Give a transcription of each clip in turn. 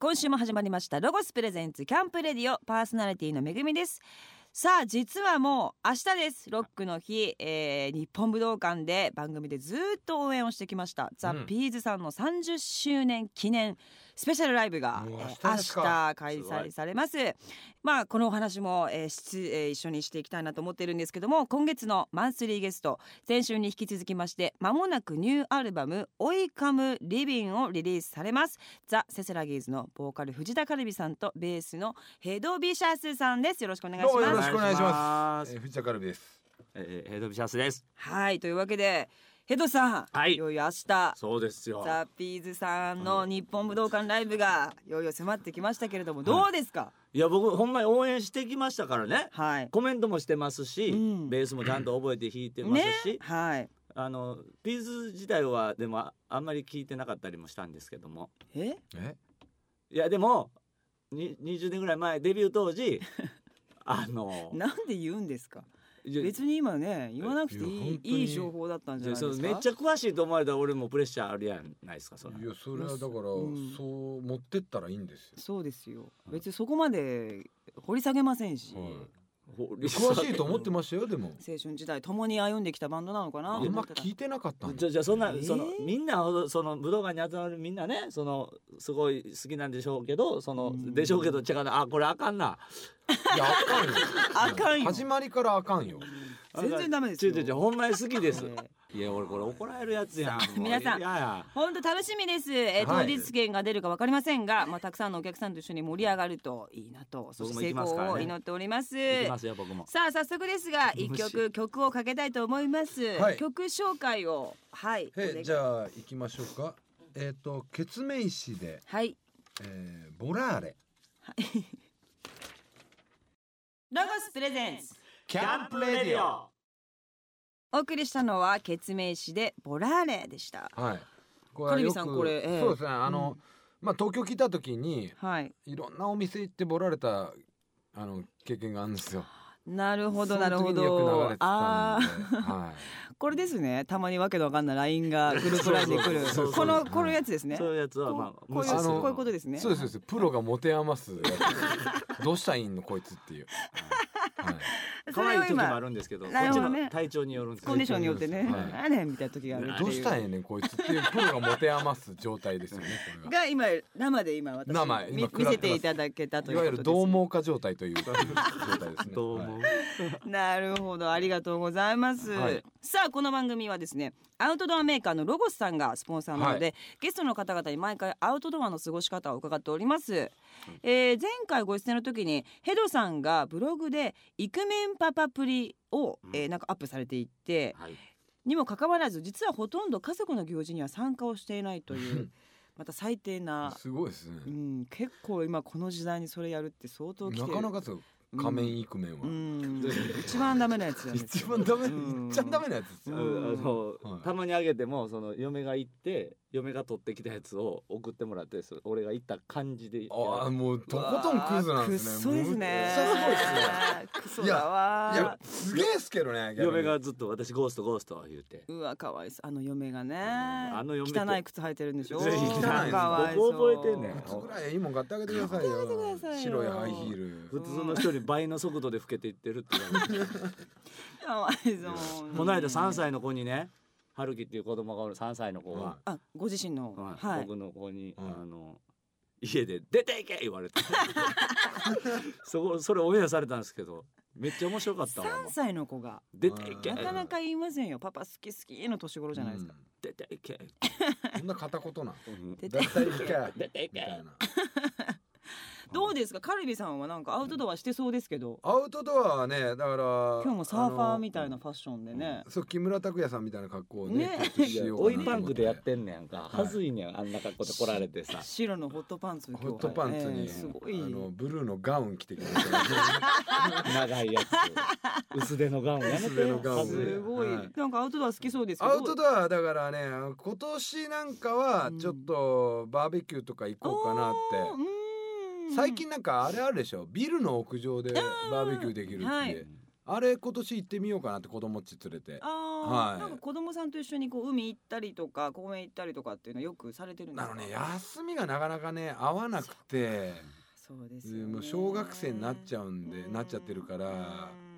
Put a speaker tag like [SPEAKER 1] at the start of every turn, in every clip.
[SPEAKER 1] 今週も始まりましたロゴスプレゼンツキャンプレディオパーソナリティのめぐみですさあ実はもう明日ですロックの日、えー日本武道館で番組でずっと応援をしてきました、ザ・ピーズさんの30周年記念スペシャルライブが、え
[SPEAKER 2] もう明日
[SPEAKER 1] ー
[SPEAKER 2] ですか
[SPEAKER 1] 明日開
[SPEAKER 2] すご
[SPEAKER 1] 催
[SPEAKER 2] い
[SPEAKER 1] されますまあこのお話も、えーしつえー一緒にしていきたいなと思っているんですけども今月のマンスリーゲスト先週に引き続きましてまもなくニューアルバム「オイカムリビン」をリリースされますザ・セセラギーズのボーカル藤田カルビさんとベースのヘドビシャスさんですよろしくお願いし
[SPEAKER 2] どうもよ
[SPEAKER 1] ま
[SPEAKER 2] ろ
[SPEAKER 1] す
[SPEAKER 2] しくお願いし
[SPEAKER 3] お願
[SPEAKER 2] ま
[SPEAKER 3] いします
[SPEAKER 2] す。えー藤田カルビです。
[SPEAKER 3] えー、ヘドビシャスです。
[SPEAKER 1] はいというわけでヘドさん、
[SPEAKER 3] はい
[SPEAKER 1] よいよ明日
[SPEAKER 3] そうですよ
[SPEAKER 1] ザ・ピーズさんの日本武道館ライブがいよいよ迫ってきましたけれどもどうですか、
[SPEAKER 3] いや僕ほんまに応援してきましたからね。
[SPEAKER 1] はい
[SPEAKER 3] コメントもしてますし、
[SPEAKER 1] うん
[SPEAKER 3] ベースもちゃんと覚えて弾いてますし、
[SPEAKER 1] はい
[SPEAKER 3] あのピーズ自体はでもああんまり聞いてなかったりもしたんですけども、
[SPEAKER 1] え
[SPEAKER 2] え、
[SPEAKER 3] いやでもに20年ぐらい前デビュー当 時あの
[SPEAKER 1] なんで言うんですか
[SPEAKER 3] じゃ
[SPEAKER 1] 別に今ね言わなくてい
[SPEAKER 2] いや
[SPEAKER 1] い
[SPEAKER 2] 本当
[SPEAKER 1] い
[SPEAKER 2] に
[SPEAKER 1] い情報だったんじゃ
[SPEAKER 3] じゃ
[SPEAKER 1] ない
[SPEAKER 3] そ
[SPEAKER 1] で
[SPEAKER 3] の
[SPEAKER 1] すか
[SPEAKER 3] めっちゃ詳しいと思われたら俺もプレッシャーあるやないですかそんない
[SPEAKER 2] やそれはだから
[SPEAKER 1] うん
[SPEAKER 2] そう持ってったらいいんですよ。
[SPEAKER 1] そうですよ
[SPEAKER 3] うん
[SPEAKER 1] 別にそこまで掘り下げませんし、
[SPEAKER 2] はい
[SPEAKER 3] ほ
[SPEAKER 2] 詳しいと思ってましたよでも。
[SPEAKER 1] 青春時代共に歩んできたバンドなのかな
[SPEAKER 2] あ
[SPEAKER 1] と
[SPEAKER 2] ん
[SPEAKER 1] 思
[SPEAKER 2] ま
[SPEAKER 1] ってた
[SPEAKER 2] 聞いてなかったん
[SPEAKER 3] じ
[SPEAKER 2] だ
[SPEAKER 3] ゃじゃあそんな、
[SPEAKER 1] えー
[SPEAKER 3] そのみんなその武道館に集まるみんなねそのすごい好きなんでしょうけどその、
[SPEAKER 1] うん。
[SPEAKER 3] でしょうけど違うなあこれあかんない
[SPEAKER 2] やあかんよ
[SPEAKER 1] あかんよ
[SPEAKER 2] 始まりからあかんよ。
[SPEAKER 1] 全然ダメです
[SPEAKER 3] ち
[SPEAKER 1] よ
[SPEAKER 3] ょちょちょほんまに好 きです
[SPEAKER 1] えー
[SPEAKER 3] いや俺これ怒られるやつやんもう
[SPEAKER 1] 皆さん
[SPEAKER 3] いやいや
[SPEAKER 1] 本当楽しみです、えー
[SPEAKER 2] は
[SPEAKER 1] 当
[SPEAKER 2] い
[SPEAKER 1] 日券が出るか分かりませんが、まあ、たくさんのお客さんと一緒に盛り上がるといいなとそして成功を祈っております
[SPEAKER 3] いきますよ僕も
[SPEAKER 1] さあ早速ですが一
[SPEAKER 3] もし
[SPEAKER 1] 曲曲をかけたいと思います、
[SPEAKER 2] はい
[SPEAKER 1] 曲紹介をはいお願
[SPEAKER 2] え
[SPEAKER 1] い
[SPEAKER 2] じゃあ行きましょうか。えっ、とケツメイシで、
[SPEAKER 1] はい
[SPEAKER 2] えー、ボラーレ。
[SPEAKER 1] ロゴスプレゼンス
[SPEAKER 2] キ
[SPEAKER 3] オ
[SPEAKER 1] お送りしたのはケツメイシでボラーレでした
[SPEAKER 2] はい。こ
[SPEAKER 1] カルビさんこれええ
[SPEAKER 2] そうですねあの、
[SPEAKER 1] う
[SPEAKER 2] まあ東京来た時に
[SPEAKER 1] はい
[SPEAKER 2] いろんなお店行ってボラーレたあの経験があるんですよ。
[SPEAKER 1] なるほどなるほ
[SPEAKER 2] その時によく流
[SPEAKER 1] ど
[SPEAKER 2] れてた
[SPEAKER 1] あ
[SPEAKER 2] ん
[SPEAKER 1] あ
[SPEAKER 2] で
[SPEAKER 1] ー
[SPEAKER 2] はい。
[SPEAKER 1] これですねたまにわけのわかんない LINE がグループ LINE で来る
[SPEAKER 3] そうそうそうそう
[SPEAKER 1] このこのやつですね
[SPEAKER 3] そう
[SPEAKER 1] こ
[SPEAKER 3] いうやつはまあ
[SPEAKER 1] うこういう
[SPEAKER 2] あの
[SPEAKER 1] こういうことですね
[SPEAKER 2] そうですそうですプロが持て余すやつどうしたらいいのこいつっていう、はい
[SPEAKER 1] そ
[SPEAKER 3] 可
[SPEAKER 1] れ
[SPEAKER 3] 愛い
[SPEAKER 1] を
[SPEAKER 3] 時もあ
[SPEAKER 1] 今
[SPEAKER 3] るんですけどこ
[SPEAKER 1] なる
[SPEAKER 3] っ
[SPEAKER 1] ほ
[SPEAKER 3] ち
[SPEAKER 1] どね
[SPEAKER 3] の体調によるんです
[SPEAKER 1] コンディションによってね
[SPEAKER 2] はい
[SPEAKER 1] あれみたいな時があるってい
[SPEAKER 2] どうしたらええねんこいつっていうプロが持て余す状態ですよねこれ
[SPEAKER 1] が今生で今私
[SPEAKER 2] 生
[SPEAKER 1] み
[SPEAKER 2] 今食
[SPEAKER 1] 見
[SPEAKER 2] らってます
[SPEAKER 1] せていただけたと
[SPEAKER 2] が
[SPEAKER 1] い
[SPEAKER 2] いう
[SPEAKER 1] こ
[SPEAKER 2] わ
[SPEAKER 1] とで
[SPEAKER 2] ゆ
[SPEAKER 1] す
[SPEAKER 2] る同網化状態という状態ですね
[SPEAKER 3] どうも、
[SPEAKER 1] なるほどありがとうございます、
[SPEAKER 2] はい
[SPEAKER 1] さあこの番組はですねアウトドアメーカーのロゴスさんがスポンサーなので、
[SPEAKER 2] は
[SPEAKER 1] ゲストの方々に毎回アウトドアの過ごし方を伺っております、えー前回ご出演の時にヘドさんがブログでイクメンパパプリを、えーなんかアップされていて
[SPEAKER 3] はい、
[SPEAKER 1] にもかかわらず実はほとんど家族の行事には参加をしていないという うんまた最低
[SPEAKER 2] はい
[SPEAKER 1] な、
[SPEAKER 2] すごいですね
[SPEAKER 1] うん、結構今この時代にそれやるって相当きて
[SPEAKER 2] な
[SPEAKER 1] る
[SPEAKER 2] かなかですよ仮面イクメンは、
[SPEAKER 1] うん、一番ダメなやつだね
[SPEAKER 2] 一番ダメ、
[SPEAKER 1] うん
[SPEAKER 2] いっちゃダメなやつです
[SPEAKER 3] あ
[SPEAKER 2] よ、
[SPEAKER 1] うん
[SPEAKER 3] の、
[SPEAKER 2] はい
[SPEAKER 3] たまにあげてもその嫁が行って嫁が取ってきたやつを送ってもらってそれ俺が行った感じで
[SPEAKER 2] ああもうとことんクズなんですね
[SPEAKER 1] くっそですね
[SPEAKER 2] むっちゃすごいですね
[SPEAKER 1] クソだわ
[SPEAKER 2] いやすげえっすけどね逆に
[SPEAKER 3] 嫁がずっと私ゴーストゴースト言うて。
[SPEAKER 1] うわかわいそうあの嫁がね
[SPEAKER 3] あの嫁と
[SPEAKER 1] 汚い靴履いてるんでしょ
[SPEAKER 3] いや汚い
[SPEAKER 2] です
[SPEAKER 1] かわいそう
[SPEAKER 3] 僕覚えてんねん
[SPEAKER 2] 靴ぐらいいいもん買ってあげてくださいよ
[SPEAKER 1] 買ってあげてくださいよ
[SPEAKER 2] 白いハイヒール
[SPEAKER 3] 普通の人より倍の速度で老けていってるって言われて
[SPEAKER 1] かわいそう
[SPEAKER 3] この間3歳の子にね春樹っていう子供がおる3歳の子が、
[SPEAKER 1] あご自身の
[SPEAKER 3] はい
[SPEAKER 1] はい
[SPEAKER 3] 僕の子に、
[SPEAKER 2] はい
[SPEAKER 3] あの家で「出ていけ!」言 われてそこそれオンエアされたんですけどめっちゃ面白かった
[SPEAKER 1] 三
[SPEAKER 3] わもう
[SPEAKER 1] 歳の子が
[SPEAKER 3] 出ていけ
[SPEAKER 2] あ
[SPEAKER 1] な
[SPEAKER 2] ー
[SPEAKER 1] かなか言いませんよパパ好き好きの年頃じゃないですか、
[SPEAKER 3] 出ていけ
[SPEAKER 2] うん、そんな片言なん
[SPEAKER 3] う ん
[SPEAKER 1] 出て
[SPEAKER 2] だったりいけ
[SPEAKER 3] 出て
[SPEAKER 2] みたい
[SPEAKER 3] いけ
[SPEAKER 2] な
[SPEAKER 1] どうですかカルビさんはなんかアウトドアしてそうですけど
[SPEAKER 2] アウトドアはねだから
[SPEAKER 1] 今
[SPEAKER 2] 今
[SPEAKER 1] 日もサーファーみたいなファッションでね
[SPEAKER 2] そう木村拓哉さんみたいな格好を
[SPEAKER 1] ね
[SPEAKER 2] ねちょっとしようか
[SPEAKER 3] オ
[SPEAKER 2] な
[SPEAKER 3] イ
[SPEAKER 2] と
[SPEAKER 3] パン
[SPEAKER 2] 思
[SPEAKER 3] クでやってんねやんか
[SPEAKER 2] い
[SPEAKER 3] はずいねんあんな格好で来られてさ
[SPEAKER 1] 白のホットパンツ今日
[SPEAKER 2] ホ
[SPEAKER 1] は
[SPEAKER 2] ットパンツに、
[SPEAKER 1] ええすごい
[SPEAKER 2] あのブルーのガウン着てきま した
[SPEAKER 3] 長いやつ薄手のガウンやめてよ
[SPEAKER 2] 薄手のガウン
[SPEAKER 3] はずい
[SPEAKER 1] すごい、
[SPEAKER 2] はい
[SPEAKER 1] なんかアウトドア好きそうですけど
[SPEAKER 2] アウトドアだからね今年なんかはちょっとバーベキューとか行こうか
[SPEAKER 1] おー
[SPEAKER 2] なっ
[SPEAKER 1] う
[SPEAKER 2] て
[SPEAKER 1] ーん
[SPEAKER 2] 最近なんかあれあるでしょビルの屋上でバーベキューできるって、
[SPEAKER 1] はい
[SPEAKER 2] あれ今年行ってみようかなって子供っち連れて
[SPEAKER 1] あ
[SPEAKER 2] はい
[SPEAKER 1] なんか子供さんと一緒にこう海行ったりとか公園行ったりとかっていうのよくされてるんで
[SPEAKER 2] あ
[SPEAKER 1] す
[SPEAKER 2] の
[SPEAKER 1] か。
[SPEAKER 2] ね休みがなかなかね合わなくて
[SPEAKER 1] そうですよね。
[SPEAKER 2] もう小学生になっちゃうんで
[SPEAKER 1] うん
[SPEAKER 2] なっちゃってるから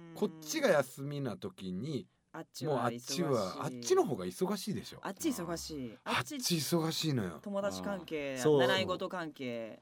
[SPEAKER 1] うん
[SPEAKER 2] こっちが休みな時に
[SPEAKER 1] あっち
[SPEAKER 2] もう
[SPEAKER 1] は
[SPEAKER 2] あっちはあっちの方が忙しいでしょ
[SPEAKER 1] あっち忙しい。
[SPEAKER 2] あっち忙しいのよ
[SPEAKER 1] 友達関係、
[SPEAKER 3] あーそう
[SPEAKER 1] 習い事関係。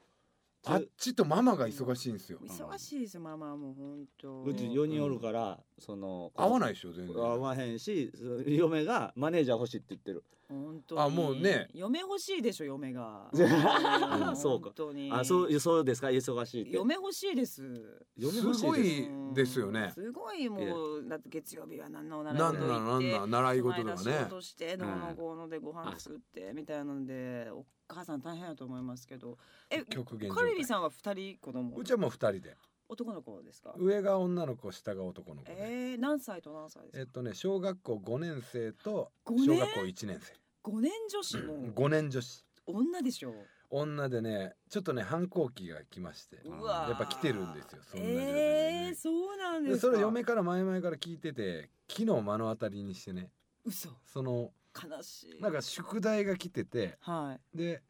[SPEAKER 2] あっちとママが忙しいんですよ
[SPEAKER 1] 忙しいですよ、ママはもう本当。
[SPEAKER 3] うち4人おるからその
[SPEAKER 2] 合わ
[SPEAKER 3] い
[SPEAKER 2] ないでしょ全然
[SPEAKER 3] 合わへんしそう嫁がマネージャー欲しいって言ってる
[SPEAKER 1] 本当に。
[SPEAKER 2] あもうね
[SPEAKER 1] 嫁欲しいでしょ、嫁が。
[SPEAKER 3] うん
[SPEAKER 1] ん
[SPEAKER 3] そうか
[SPEAKER 1] 本当に。
[SPEAKER 3] あそうそうですか忙しいって
[SPEAKER 1] 嫁欲しいです。
[SPEAKER 3] 嫁欲しい
[SPEAKER 2] すごい
[SPEAKER 3] です
[SPEAKER 1] うん
[SPEAKER 2] ですよね
[SPEAKER 1] すごいもうだって月曜日は何のお習い
[SPEAKER 2] な
[SPEAKER 1] 事
[SPEAKER 2] ん
[SPEAKER 1] 行って。
[SPEAKER 2] ななんな習い事
[SPEAKER 1] この
[SPEAKER 2] と
[SPEAKER 1] 間
[SPEAKER 2] か
[SPEAKER 1] 仕
[SPEAKER 2] ね
[SPEAKER 1] 事してどう
[SPEAKER 3] う
[SPEAKER 1] の
[SPEAKER 3] ん
[SPEAKER 1] こうのでご飯作ってみたいなのでお母さん大変だと思いますけどえ
[SPEAKER 2] 極限状
[SPEAKER 1] カ
[SPEAKER 2] 態
[SPEAKER 1] ルビさんは二人子供
[SPEAKER 2] うちはもう二人で
[SPEAKER 1] 男の子ですか
[SPEAKER 2] 上が女の子下が男の子で
[SPEAKER 1] えー、何歳と何歳です
[SPEAKER 2] えっ
[SPEAKER 1] か
[SPEAKER 2] とね小学校5年生と
[SPEAKER 1] 五
[SPEAKER 2] 小
[SPEAKER 1] 年
[SPEAKER 2] 学校1年生
[SPEAKER 1] 五年女子の
[SPEAKER 2] 5年女子
[SPEAKER 1] 女でしょう
[SPEAKER 2] 女でねちょっとね反抗期が来まして
[SPEAKER 1] う
[SPEAKER 3] うん
[SPEAKER 1] わー
[SPEAKER 2] やっぱ来てるんですよそんな状態でね
[SPEAKER 1] えー、そうなんです
[SPEAKER 2] で
[SPEAKER 1] か
[SPEAKER 2] それ嫁から前々から聞いてて昨日目の当たりにしてね
[SPEAKER 1] 嘘
[SPEAKER 2] その
[SPEAKER 1] 悲しい
[SPEAKER 2] なんか宿題が来てて
[SPEAKER 1] はい
[SPEAKER 2] で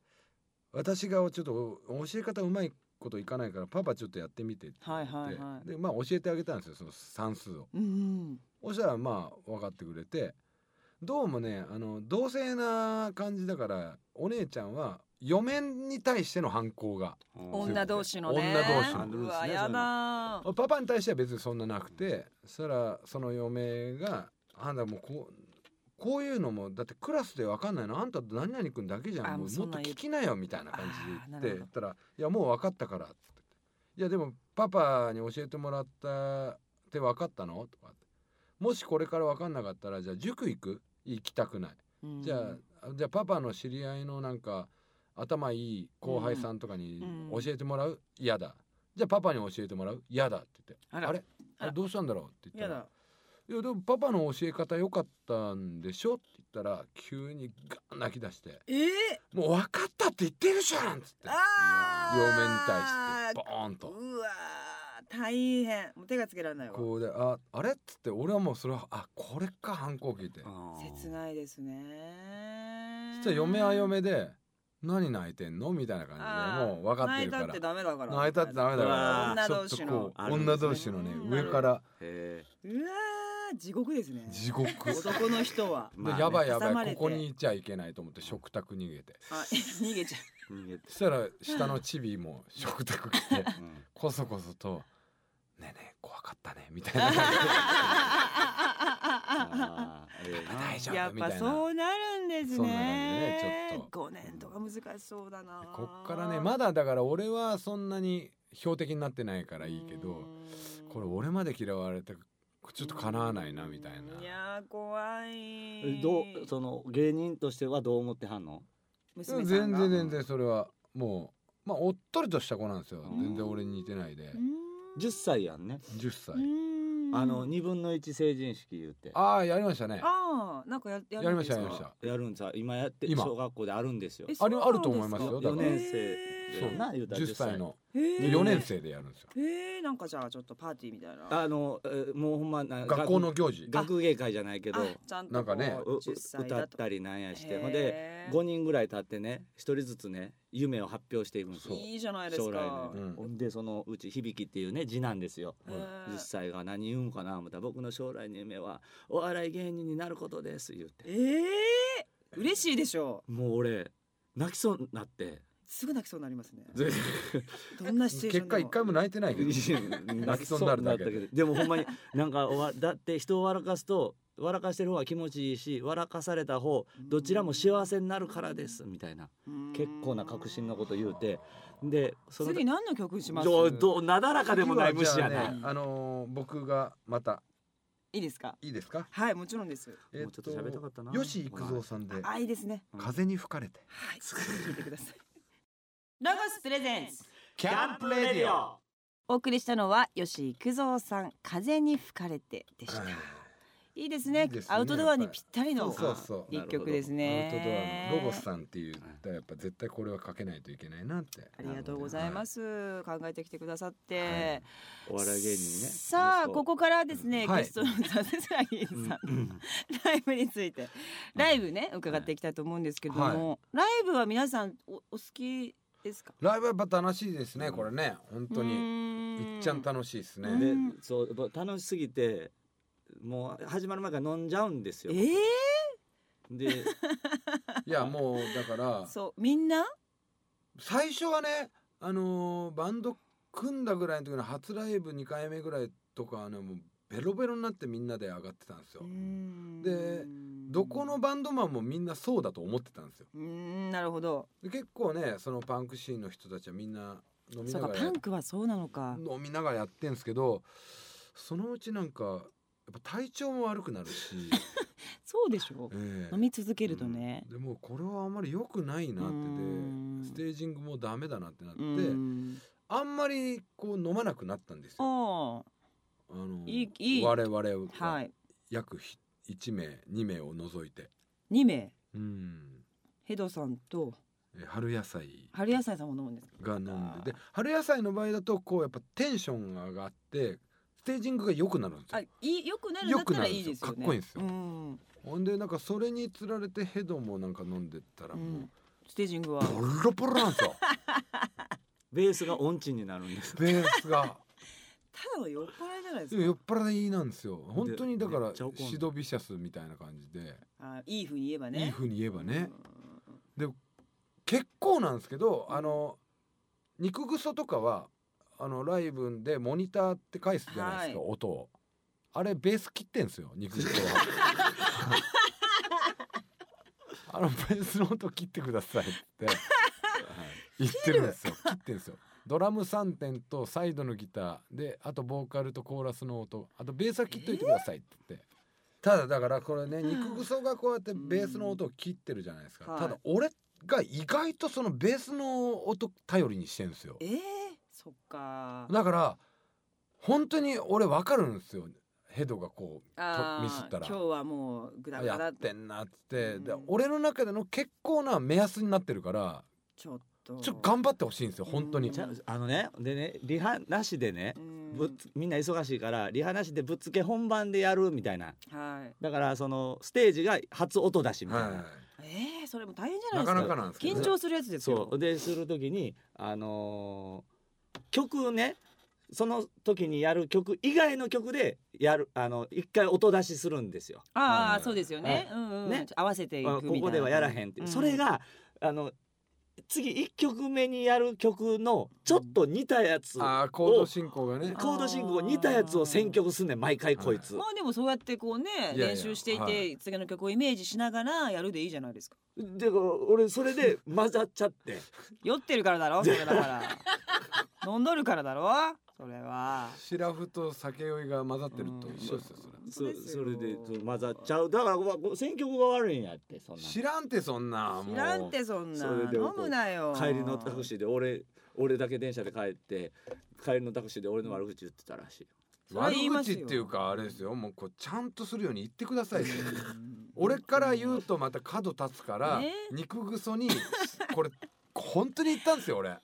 [SPEAKER 2] 私がちょっと教え方うまいこといかないからパパちょっとやってみてって言って、
[SPEAKER 1] はいはいはい
[SPEAKER 2] でまあ教えてあげたんですよその算数を。
[SPEAKER 1] うん
[SPEAKER 2] そしたらまあ分かってくれてどうもねあの同性な感じだからお姉ちゃんは嫁に対しての反抗が
[SPEAKER 1] う
[SPEAKER 3] うんん
[SPEAKER 1] 女同士のね
[SPEAKER 2] 女同士の
[SPEAKER 1] うわやだー
[SPEAKER 2] パパに対しては別にそんななくてそしたらその嫁が「あんたもうこうこういうのもだってクラスで分かんないのあんたと何々君だけじゃ
[SPEAKER 1] あ
[SPEAKER 2] んも
[SPEAKER 1] もう
[SPEAKER 2] う
[SPEAKER 1] そ
[SPEAKER 2] も
[SPEAKER 1] ん
[SPEAKER 2] っ
[SPEAKER 1] な
[SPEAKER 2] と
[SPEAKER 1] ん言う
[SPEAKER 2] 聞きなよ」みたいな感じ
[SPEAKER 1] あーな
[SPEAKER 2] で
[SPEAKER 1] る
[SPEAKER 2] 言って
[SPEAKER 1] ほど
[SPEAKER 2] 言ったら「いやもう分かったから」っていやでもパパに教えてもらったって分かったの?」とかってもしこれから分かんなかったらじゃあ塾行く行きたくない」
[SPEAKER 1] うん
[SPEAKER 2] じゃあじゃあパパの知り合いのなんか頭いい後輩さんとかに
[SPEAKER 1] うんうん
[SPEAKER 2] 教えてもらう嫌だじゃあパパに教えてもらう嫌だって言って
[SPEAKER 1] あ
[SPEAKER 2] あ
[SPEAKER 1] ら
[SPEAKER 2] れ
[SPEAKER 1] あら
[SPEAKER 2] どうしたんだろうって言
[SPEAKER 1] や
[SPEAKER 2] ったら
[SPEAKER 1] だ
[SPEAKER 2] いやでもパパの教え方良かったんでしょって言ったら急にガン泣き出して
[SPEAKER 1] えー、
[SPEAKER 2] もう分かったって言ってるじゃんっつって
[SPEAKER 1] あ
[SPEAKER 2] 嫁に
[SPEAKER 1] ー
[SPEAKER 2] 対してボーンと
[SPEAKER 1] うわー大変もう手がつけられないわ
[SPEAKER 2] こうでああれっつって俺はもうそれはあこれか反抗期って
[SPEAKER 1] 切ないですね
[SPEAKER 2] そしたら嫁は嫁で何泣いてんのみたいな感じでもう分かってるか
[SPEAKER 1] 泣いた
[SPEAKER 2] ら
[SPEAKER 1] ってダメだから
[SPEAKER 2] 泣いたってダメだか
[SPEAKER 3] う
[SPEAKER 2] ら
[SPEAKER 1] 女同士
[SPEAKER 2] ちょ
[SPEAKER 1] の
[SPEAKER 2] っとこ
[SPEAKER 3] あ
[SPEAKER 2] う
[SPEAKER 3] るんですね
[SPEAKER 2] 女同士のね
[SPEAKER 1] うん
[SPEAKER 2] 上から
[SPEAKER 3] へえ
[SPEAKER 1] うわー地獄ですね
[SPEAKER 2] 地獄で
[SPEAKER 1] 男の人は
[SPEAKER 3] まあね
[SPEAKER 2] やばいや
[SPEAKER 1] 挟
[SPEAKER 2] ば
[SPEAKER 1] ま
[SPEAKER 2] い
[SPEAKER 1] れて
[SPEAKER 2] ここにいちゃいけないと思って食卓逃げて
[SPEAKER 1] あ 逃げちゃ
[SPEAKER 3] 逃げて
[SPEAKER 2] そしたら下のチビも食卓来 て
[SPEAKER 3] うん
[SPEAKER 2] こそこそと「ねえねえ怖かったね」みたいな感じで
[SPEAKER 1] う
[SPEAKER 3] あーええな
[SPEAKER 2] 大丈夫
[SPEAKER 1] やっぱそうなるんです
[SPEAKER 2] そんな感じでね
[SPEAKER 1] ね
[SPEAKER 2] ちょっ
[SPEAKER 1] 5
[SPEAKER 2] と
[SPEAKER 1] 年とか難しそうだな
[SPEAKER 2] こっからねまだだから俺はそんなに標的になってないからいいけどこれ俺まで嫌われてちょっと叶わないなみたい
[SPEAKER 1] うんい
[SPEAKER 2] な。
[SPEAKER 1] やー怖い
[SPEAKER 3] どうその芸人としてはどう思ってはんの
[SPEAKER 1] 娘
[SPEAKER 2] 全
[SPEAKER 1] さん
[SPEAKER 2] 然
[SPEAKER 1] が
[SPEAKER 2] 全然それはもうまあおっとりとした子なんですよ
[SPEAKER 3] うん
[SPEAKER 2] 全然俺に似てないで
[SPEAKER 3] 10歳やんね
[SPEAKER 2] 10歳
[SPEAKER 1] うん
[SPEAKER 3] あの2分の1成人式言って
[SPEAKER 2] ああやりましたね
[SPEAKER 1] ああなんかややるんですか
[SPEAKER 2] やりましたや
[SPEAKER 3] やるんさ今やって
[SPEAKER 2] 今
[SPEAKER 3] 小学校であるんですよ
[SPEAKER 1] え
[SPEAKER 2] あれ
[SPEAKER 1] そうなん
[SPEAKER 2] あると思います
[SPEAKER 1] です
[SPEAKER 2] よ
[SPEAKER 1] か
[SPEAKER 2] だ
[SPEAKER 3] 4
[SPEAKER 2] から
[SPEAKER 3] 年生
[SPEAKER 2] そ
[SPEAKER 3] で
[SPEAKER 2] う
[SPEAKER 3] な言うたら
[SPEAKER 2] 10歳の
[SPEAKER 1] へー
[SPEAKER 2] 4年生でやるんですよ
[SPEAKER 1] へえなんかじゃあちょっとパーティーみたいな
[SPEAKER 3] あのえーもうほんまな
[SPEAKER 2] 学校の行事
[SPEAKER 3] 学学芸会じゃないけど
[SPEAKER 1] あちゃんと
[SPEAKER 2] なんかね
[SPEAKER 1] こ
[SPEAKER 3] う
[SPEAKER 1] う10歳
[SPEAKER 3] 歌
[SPEAKER 1] だ
[SPEAKER 3] っ
[SPEAKER 1] と
[SPEAKER 3] たりなんやして
[SPEAKER 1] へー
[SPEAKER 3] ほんで5人ぐらい立ってね1人ずつね夢を発表していくんですよ
[SPEAKER 1] いいじゃないです
[SPEAKER 3] 将来
[SPEAKER 1] か
[SPEAKER 3] の
[SPEAKER 2] う
[SPEAKER 3] 夢
[SPEAKER 2] ん
[SPEAKER 3] ほんでそのうち響っていうね次男ですよ
[SPEAKER 1] へー
[SPEAKER 3] 10歳が何言うんかな思ったら僕の将来の夢はお笑い芸人になることです言って
[SPEAKER 1] ええ嬉しいでしょ
[SPEAKER 3] もう俺泣きそうになって
[SPEAKER 1] うすぐ泣きそうになりますね
[SPEAKER 3] 全
[SPEAKER 1] どんなシチュエーシ
[SPEAKER 2] 結
[SPEAKER 1] ョンで
[SPEAKER 2] 果
[SPEAKER 1] も
[SPEAKER 2] 一回も泣い てないけど
[SPEAKER 3] 然
[SPEAKER 2] 泣きそうになるだけ
[SPEAKER 3] 泣きそうになったでもほんまになんかおわだって人を笑かすと笑かしてる方が気持ちいいし笑かされた方どちらも幸せになるからですみたいな
[SPEAKER 1] うん
[SPEAKER 3] 結構な確信のこと言うてでその
[SPEAKER 1] 次何の曲にします
[SPEAKER 3] どうどうなだらかでもない
[SPEAKER 2] 次は
[SPEAKER 3] 無
[SPEAKER 2] じ
[SPEAKER 3] 視
[SPEAKER 2] ゃ
[SPEAKER 3] や
[SPEAKER 2] あね
[SPEAKER 3] な、
[SPEAKER 2] あのー僕がまた
[SPEAKER 1] いいですか
[SPEAKER 2] いいですか
[SPEAKER 1] はいもちろんです
[SPEAKER 2] え
[SPEAKER 3] もうちょっと喋りたかったな
[SPEAKER 2] 吉幾三さんで
[SPEAKER 1] あいいですね
[SPEAKER 2] 風に吹かれて
[SPEAKER 1] はい聞いてくださいロゴスプレゼンス
[SPEAKER 2] キ
[SPEAKER 1] お送りしたのは吉幾三さん風に吹かれてでした、
[SPEAKER 2] はい
[SPEAKER 1] いいいですね
[SPEAKER 2] いいですね
[SPEAKER 1] アウトドアにぴったり
[SPEAKER 2] そう
[SPEAKER 1] の
[SPEAKER 2] そうそう
[SPEAKER 3] いい
[SPEAKER 1] 一曲ですね
[SPEAKER 2] アウトドアのロゴスさんっていうやっぱ絶対これはかけないといけないなって
[SPEAKER 1] ありがとうございます、考えてきてくださって、
[SPEAKER 3] はいお笑い芸人ね
[SPEAKER 1] さあここからですね、
[SPEAKER 2] はい
[SPEAKER 1] ゲストの笹塚ぎさん、ライブについてライブね伺っていきたいと思うんですけども、ライブは皆さんおお好きですか
[SPEAKER 2] ライブはやっぱ楽しいですね
[SPEAKER 3] うん
[SPEAKER 2] これね本当
[SPEAKER 1] う
[SPEAKER 2] に
[SPEAKER 1] ー
[SPEAKER 2] いっちゃん楽しいですね、
[SPEAKER 1] う
[SPEAKER 3] うんでそうやっぱ楽しすぎてもう始まる前から飲んじゃうんですよ
[SPEAKER 1] えー、
[SPEAKER 3] で
[SPEAKER 2] いやもうだから
[SPEAKER 1] そうみんな
[SPEAKER 2] 最初はねあのーバンド組んだぐらいの時の初ライブ2回目ぐらいとかはねもうベロベロになってみんなで上がってたんですよ、でどこのバンドマンもみんなそうだと思ってたんですよ
[SPEAKER 1] うーんなるほど
[SPEAKER 2] で結構ねそのパンクシーンの人たちはみんな飲み
[SPEAKER 1] そうか
[SPEAKER 2] ながら
[SPEAKER 1] パ
[SPEAKER 2] や
[SPEAKER 1] ンクはそうなのか
[SPEAKER 2] 飲みながらやってんですけどそのうちなんかやっぱ体調も悪くなるし、
[SPEAKER 1] そうでしょ
[SPEAKER 2] ええ
[SPEAKER 1] 飲み続けるとね、
[SPEAKER 2] でもうこれはあんまり良くないなっ
[SPEAKER 1] うん
[SPEAKER 2] ててステージングもダメだなってなって、
[SPEAKER 1] うん、
[SPEAKER 2] あんまりこう飲まなくなったんですよ。
[SPEAKER 1] あ
[SPEAKER 2] あの
[SPEAKER 1] いいいい
[SPEAKER 2] 我々
[SPEAKER 1] あは
[SPEAKER 2] はい約ひ1名2名を除いて、
[SPEAKER 1] 2名
[SPEAKER 2] うん、
[SPEAKER 1] ヘドさんと
[SPEAKER 2] え春野菜
[SPEAKER 1] 春野菜さんも飲むんですか
[SPEAKER 2] が飲んで
[SPEAKER 1] あ
[SPEAKER 2] で春野菜の場合だとこうやっぱテンションが上がってステージングが良くなるんです
[SPEAKER 1] あ
[SPEAKER 2] よ
[SPEAKER 1] い。いよくなるんだったらいいですよね
[SPEAKER 2] よくなるんですよかっこいいんですよ
[SPEAKER 1] うん
[SPEAKER 2] ほんでなんかそれにつられてヘドもなんか飲んでったら
[SPEAKER 1] う
[SPEAKER 2] もうん
[SPEAKER 1] ステージングは
[SPEAKER 2] ボロボロなん ですよ
[SPEAKER 3] ベースが音痴になる んです
[SPEAKER 2] ベースが。
[SPEAKER 1] ただの酔っ払いじゃないです
[SPEAKER 2] で
[SPEAKER 1] か
[SPEAKER 2] も酔っ払いなんですよ本当にだか
[SPEAKER 3] め
[SPEAKER 2] ら
[SPEAKER 3] っちゃ怒んの
[SPEAKER 2] シドビシャスみたいな感じで、
[SPEAKER 1] あいいふうに言えばね
[SPEAKER 2] いい風に言えばね、
[SPEAKER 1] うん
[SPEAKER 2] 結構なんですけど
[SPEAKER 1] うん
[SPEAKER 2] あの肉ぐそとかはあのライブでモニターって返すじゃないですか、
[SPEAKER 1] は
[SPEAKER 2] 音をあれベース切ってんすよ肉ぐそ はあのベースの音切ってくださいって言ってるんですよ切ってんですよドラム3点とサイドのギターであとボーカルとコーラスの音あとベースは切っといてくださいって言って、ただだからこれね肉ぐそがこうやってベースの音を切ってるじゃないですか、
[SPEAKER 1] うん
[SPEAKER 2] ただ俺が意外とそのベースの音頼りにしてるんですよ
[SPEAKER 1] えー、そっか
[SPEAKER 2] だから本当に俺分かるんですよヘドがこう
[SPEAKER 1] あー
[SPEAKER 2] ミスったら
[SPEAKER 1] 今日はもうグダグダ
[SPEAKER 2] や
[SPEAKER 1] だ
[SPEAKER 2] ってんなっつって、で
[SPEAKER 1] うん
[SPEAKER 2] 俺の中での結構な目安になってるから
[SPEAKER 1] ちょっと
[SPEAKER 2] ちょっと頑張ってほしいんですよ本当に、
[SPEAKER 1] うん
[SPEAKER 3] じゃああのねでねリハなしでね
[SPEAKER 1] うん
[SPEAKER 3] ぶっつみんな忙しいからリハなしでぶっつけ本番でやるみたいな
[SPEAKER 1] はい
[SPEAKER 3] だからそのステージが初音出しみたいな、
[SPEAKER 2] はい
[SPEAKER 1] えー、それも大変じゃないですか
[SPEAKER 2] なかなかなんですけど
[SPEAKER 1] 緊
[SPEAKER 2] ね
[SPEAKER 1] 張するやつですよ
[SPEAKER 3] そうでする時にあのー曲ねその時にやる曲以外の曲でやるあの一回音出しするんですよ。
[SPEAKER 1] あ
[SPEAKER 2] は
[SPEAKER 1] あ
[SPEAKER 2] い
[SPEAKER 1] そうですよね、うんうん
[SPEAKER 3] ね
[SPEAKER 1] 合わせていくみ
[SPEAKER 3] あ
[SPEAKER 1] たいな
[SPEAKER 3] ここではやらへんっていう、それがあの次1曲目にやる曲のちょっと似たやつ
[SPEAKER 2] ああコード進行がね
[SPEAKER 1] あ
[SPEAKER 3] コード進行似たやつを選曲すんねん毎回こいつ、
[SPEAKER 1] まあでもそうやってこうね
[SPEAKER 2] いやいや
[SPEAKER 1] 練習していて、
[SPEAKER 2] はい
[SPEAKER 1] 次の曲をイメージしながらやるでいいじゃないですか
[SPEAKER 3] で俺それで混ざっちゃって
[SPEAKER 1] 酔ってるからだ ろそれだから飲んどるからだろそれは
[SPEAKER 2] シラフと酒酔いが混ざってると一緒ですよそれ
[SPEAKER 3] そ
[SPEAKER 1] そうです
[SPEAKER 3] そ
[SPEAKER 1] よ
[SPEAKER 3] れでそう混ざっちゃうだからうわこ選曲が悪いんやってそんな
[SPEAKER 2] 知らんてそんなもう
[SPEAKER 1] 知らんてそんな
[SPEAKER 3] それで
[SPEAKER 1] 飲むなよ
[SPEAKER 3] 帰りのタクシーで俺俺だけ電車で帰って帰りのタクシーで俺の悪口言ってたらしい
[SPEAKER 1] それは
[SPEAKER 2] 悪
[SPEAKER 1] 言います
[SPEAKER 2] 口
[SPEAKER 1] よ
[SPEAKER 2] っていうかあれですよもうこうちゃんとするように言ってくださいって
[SPEAKER 1] うん
[SPEAKER 2] 俺から言うとまた角立つから
[SPEAKER 1] ね
[SPEAKER 2] 肉ぐそにこれ本当に言ったんですよ俺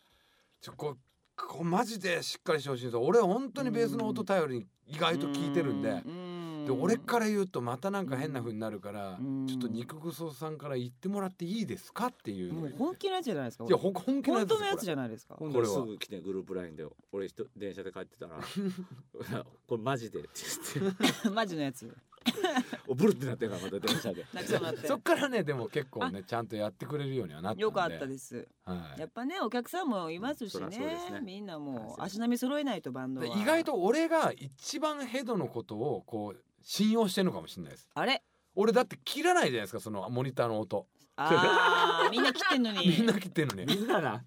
[SPEAKER 2] ちょこうこうマジでしっかりしてほしいんですよ俺本当にベースの音頼りに意外と聞いてるんで
[SPEAKER 1] うん
[SPEAKER 2] で俺から言うとまたなんか変な風になるから
[SPEAKER 1] うん
[SPEAKER 2] ちょっと肉ぐそさんから言ってもらっていいですかっていう
[SPEAKER 1] も
[SPEAKER 2] の
[SPEAKER 1] う本気のやつじゃないですか
[SPEAKER 2] いやほん本気のや
[SPEAKER 1] 本
[SPEAKER 2] つです
[SPEAKER 1] 当
[SPEAKER 2] こ
[SPEAKER 1] の
[SPEAKER 2] れ
[SPEAKER 1] やつじゃないですか
[SPEAKER 3] ほん
[SPEAKER 2] これ
[SPEAKER 3] で
[SPEAKER 2] は
[SPEAKER 3] すぐ来てグループラインで俺一人電車で帰ってたら 「これマジで」って言っ て
[SPEAKER 1] マジのやつ
[SPEAKER 3] おブルってなってるからまた電車で
[SPEAKER 1] 泣きそうになって
[SPEAKER 2] そっからねでも結構ねちゃんとやってくれるようにはなったんで
[SPEAKER 1] よかったです
[SPEAKER 2] はい
[SPEAKER 1] やっぱねお客さんもいますし
[SPEAKER 3] そ
[SPEAKER 1] ね
[SPEAKER 3] らそうですね
[SPEAKER 1] みんなもう足並み揃えないとバンドは
[SPEAKER 2] で意外と俺が一番ヘドのことをこう信用してるのかもしれないです
[SPEAKER 1] あれ
[SPEAKER 2] 俺だって切らないじゃないですかそのモニターの音
[SPEAKER 1] あー みんな切ってんのに
[SPEAKER 2] みんな切ってるのに
[SPEAKER 3] み
[SPEAKER 2] で
[SPEAKER 3] んなな